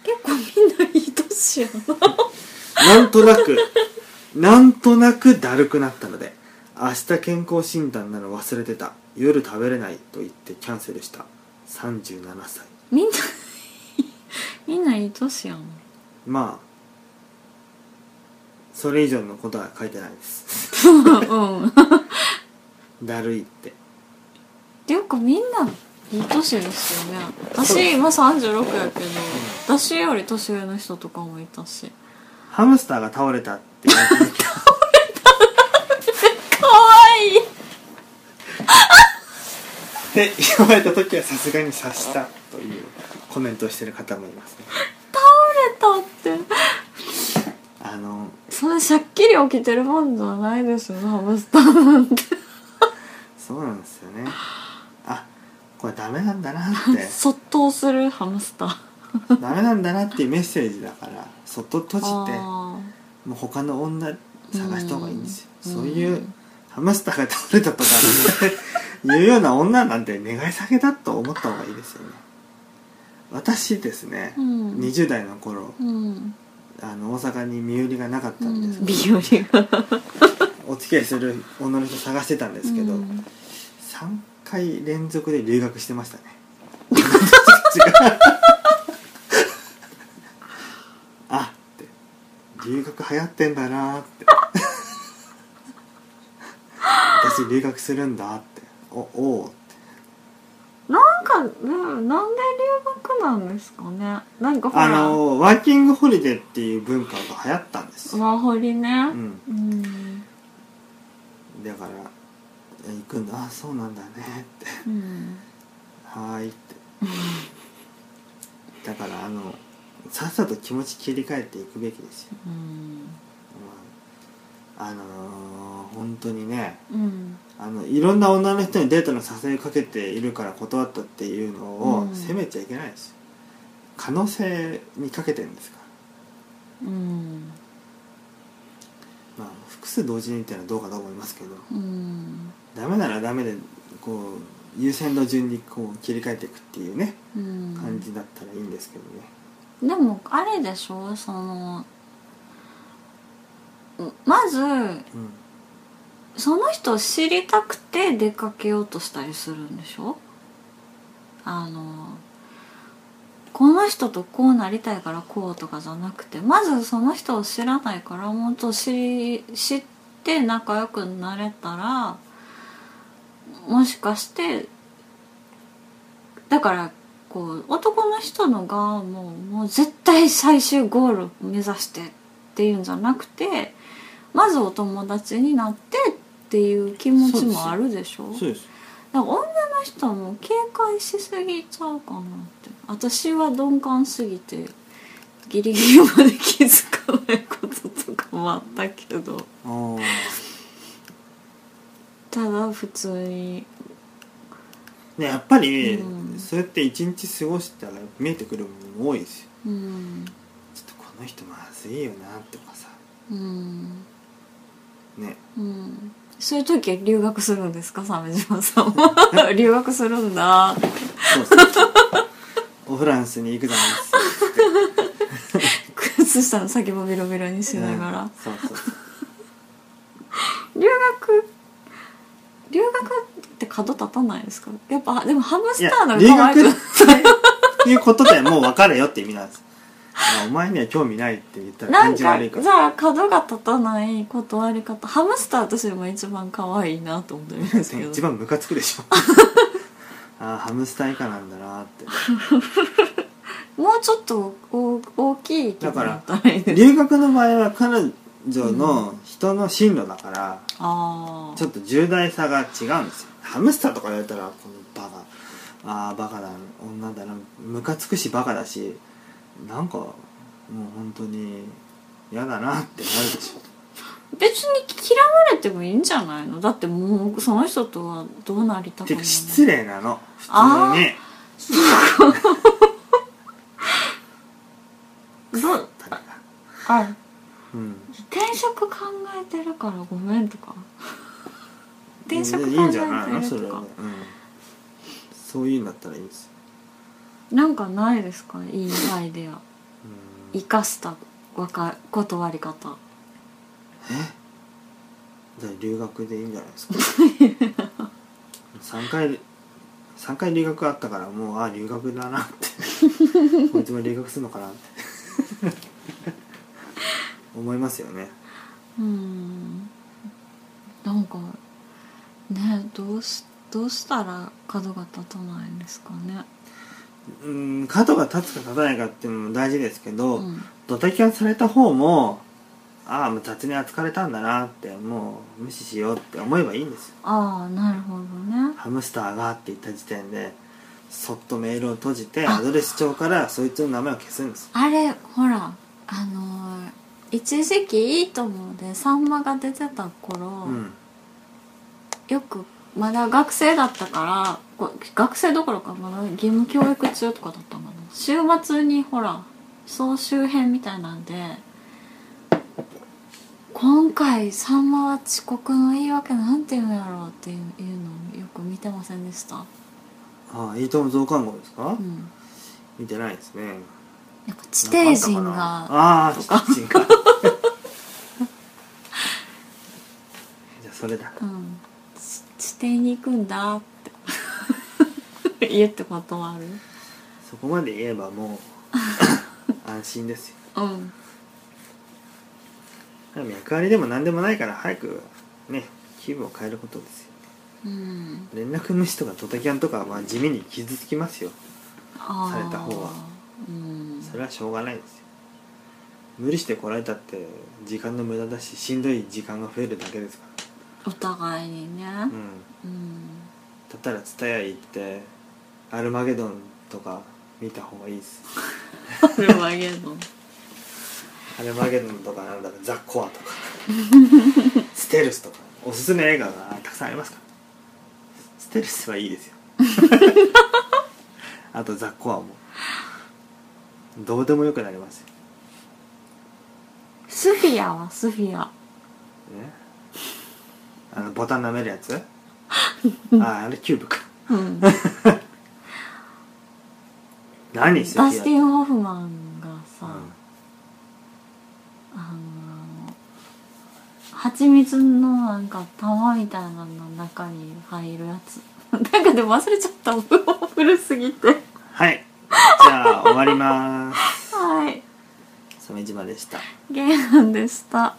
Speaker 1: 結構みんないい年やな
Speaker 2: なんとなくなんとなくだるくなったので明日健康診断なの忘れてた夜食べれないと言ってキャンセルした37歳
Speaker 1: みんな みんないい年やん
Speaker 2: まあそれ以上のことは書いてないです
Speaker 1: うん
Speaker 2: だるいって
Speaker 1: ていうかみんないい年ですよね
Speaker 2: そうで
Speaker 1: 私
Speaker 2: す
Speaker 1: 今36やけど私より年上の人とかもいたし
Speaker 2: ハムスターが倒れたって言われて
Speaker 1: かわいい
Speaker 2: って 言われた時はさすがに察したというコメントをしてる方もいますね
Speaker 1: 倒れたって
Speaker 2: あの
Speaker 1: そんなしゃっきり起きてるもんじゃないですよハムスターなんて
Speaker 2: そうなんですよねあこれダメなんだなっ て
Speaker 1: そっとするハムスター
Speaker 2: ダメなんだなっていうメッセージだからそっと閉じて
Speaker 1: あー
Speaker 2: もう他の女探した方がいいんですよ
Speaker 1: うん
Speaker 2: そういううんハムスターが倒れたとか いうような女なんて願い下げだと思った方がいいですよね私ですね、
Speaker 1: うん
Speaker 2: 20代の頃
Speaker 1: うん
Speaker 2: あの大阪に身売りがなかったんですけ
Speaker 1: ビ
Speaker 2: ど
Speaker 1: オリが
Speaker 2: お付き合いする女の人探してたんですけど、
Speaker 1: うん
Speaker 2: 3回連続で留学してましたね あって留学流行ってんだなーって私留学するんだっておおうって
Speaker 1: なんか、うんなんで留学なんですかねなんかほら
Speaker 2: あのーワーキングホリデーっていう文化が流行ったんですよ、
Speaker 1: ワーホリね
Speaker 2: うん、
Speaker 1: うん
Speaker 2: だから行くんだあそうなんだねって
Speaker 1: うん
Speaker 2: はーいってだからあのさっさと気持ち切り替えていくべきですよ、
Speaker 1: うん
Speaker 2: まあ、あのー本当にね
Speaker 1: うん
Speaker 2: あのいろんな女の人にデートの誘いかけているから断ったっていうのを
Speaker 1: うん
Speaker 2: 責めちゃいけないですよ可能性にかけてるんですから
Speaker 1: うん
Speaker 2: まあ複数同時にっていうのはどうかと思いますけど
Speaker 1: うん
Speaker 2: ダメならダメでこう優先度順にこう切り替えていくっていうね
Speaker 1: うん
Speaker 2: 感じだったらいいんですけどね、
Speaker 1: でもあれでしょそのうまず
Speaker 2: うん
Speaker 1: その人を知りたくて出かけようとしたりするんでしょあのこの人とこうなりたいからこうとかじゃなくてまずその人を知らないからもっと知り知って仲良くなれたらもしかしてだからこう男の人の側ももう絶対最終ゴールを目指してっていうんじゃなくてまずお友達になってっていう気持ちもあるでしょ
Speaker 2: そうです
Speaker 1: なんか女の人も警戒しすぎちゃうかなって私は鈍感すぎてギリギリまで気づかないこととかもあったけど
Speaker 2: あー
Speaker 1: ただ普通に
Speaker 2: ねやっぱり、
Speaker 1: うん
Speaker 2: そうやって一日過ごしたら見えてくるものも多いですよ
Speaker 1: うん
Speaker 2: ちょっとこの人まずいよなとかさ
Speaker 1: うん
Speaker 2: ね
Speaker 1: うんそういう時は留学するんですか鮫島さんは 留学するんだ
Speaker 2: そうそうおフランスに行くじゃないですか
Speaker 1: 靴下の先もビロビロにしながら、
Speaker 2: うんそうそう
Speaker 1: 留学留学って角立たないですかやっぱでもハム
Speaker 2: い
Speaker 1: ス
Speaker 2: や
Speaker 1: ターの
Speaker 2: 留
Speaker 1: 方が可愛く
Speaker 2: 学っていうことでもう別れよって意味なんですいやお前には興味ないって言ったら
Speaker 1: なん
Speaker 2: 感
Speaker 1: か
Speaker 2: じ
Speaker 1: じ
Speaker 2: 悪いから
Speaker 1: ゃあ角が立たない断り方ハムスターとしても一番可愛いなと思ってるんですけど
Speaker 2: 一番ムカつくでしょ ああハムスター以下なんだなって
Speaker 1: もうちょっと大大きい生き物だったらいいです
Speaker 2: 留学の場合は彼女の人の進路だから、
Speaker 1: あ
Speaker 2: ちょっと重大さが違うんですよハムスターとか言われたらこのバカああバカだ女だなムカつくしバカだしなんかもう本当に嫌だなってなるでしょ
Speaker 1: あ別に嫌われてもいいんじゃないのだってもうその人とはどうなりたく
Speaker 2: て
Speaker 1: な
Speaker 2: か
Speaker 1: い
Speaker 2: 失礼なの普
Speaker 1: あ
Speaker 2: 通に
Speaker 1: ど
Speaker 2: 誰が
Speaker 1: あ
Speaker 2: うん
Speaker 1: 転職考えてるからごめんと か転職
Speaker 2: い
Speaker 1: 考
Speaker 2: いん
Speaker 1: え
Speaker 2: じゃないの
Speaker 1: て
Speaker 2: そ
Speaker 1: る
Speaker 2: れ
Speaker 1: と
Speaker 2: は
Speaker 1: か
Speaker 2: ね、うん、そういうんだったらいいですよ
Speaker 1: なんかないですかいいアイデア
Speaker 2: うん
Speaker 1: 生かした若い断り方
Speaker 2: じゃあ留学でいいんじゃないですか 3回3回留学あったからもうああ留学だなって こいつも留学するのかなって思いますよね
Speaker 1: うんなんかねどうしどうしたら角が立たないんですかね
Speaker 2: うん角が立つか立たないかっていうのも大事ですけど、
Speaker 1: うん
Speaker 2: ドタキャンされた方もああもう雑に扱われたんだなってもう無視しようって思えばいいんですよ
Speaker 1: ああなるほどね
Speaker 2: ハムスターがって言った時点でそっとメールを閉じて
Speaker 1: あ
Speaker 2: アドレス帳からそいつの名前を消すんです
Speaker 1: あれほらあのー一時期いいと思うでさんまが出てた頃、
Speaker 2: うん
Speaker 1: よくまだ学生だったからこ学生どころかまだ義務教育中とかだったのかな週末にほら総集編みたいなんで今回さんまは遅刻の言い訳なんて言うんやろうっていうのをよく見てませんでした、
Speaker 2: ああ伊藤増刊号ですか、
Speaker 1: うん、
Speaker 2: 見てないですね
Speaker 1: なんか地底人
Speaker 2: なんか
Speaker 1: が
Speaker 2: あったかなあー地底人が じゃあそれだ
Speaker 1: うん地地底に行くんだって言って ことはある
Speaker 2: そこまで言えばも う安心ですよ
Speaker 1: うん
Speaker 2: でも役割でも何でもないから早くね気分を変えることですよ
Speaker 1: うん
Speaker 2: 連絡無視とかドタキャンとかはまあ地味に傷つきますよ
Speaker 1: あー
Speaker 2: された方は
Speaker 1: うん
Speaker 2: それはしょうがないですよ無理して来られたって時間の無駄だししんどい時間が増えるだけですから
Speaker 1: お互いにね
Speaker 2: うん
Speaker 1: うん
Speaker 2: だったら蔦屋行って「アルマゲドン」とか見た方がいいです
Speaker 1: アルマゲドン
Speaker 2: アルマゲドンとかなんだろうザ・コアとかステルスとかおすすめ映画がたくさんありますからステルスはいいですよあとザ・コアもどうでもよくなりますよ
Speaker 1: スフィアはスフィア
Speaker 2: ねあのボタン舐めるやつあああれキューブか
Speaker 1: うん
Speaker 2: 何す
Speaker 1: ダスティ
Speaker 2: ン
Speaker 1: ン・ホフマンがさ、
Speaker 2: う
Speaker 1: あの蜂蜜のなんか玉みたいなのの中に入るやつ なんかでも忘れちゃった もう古すぎて
Speaker 2: んはいじゃあ終わります
Speaker 1: はい
Speaker 2: 鮫島でした
Speaker 1: ゲンハンでした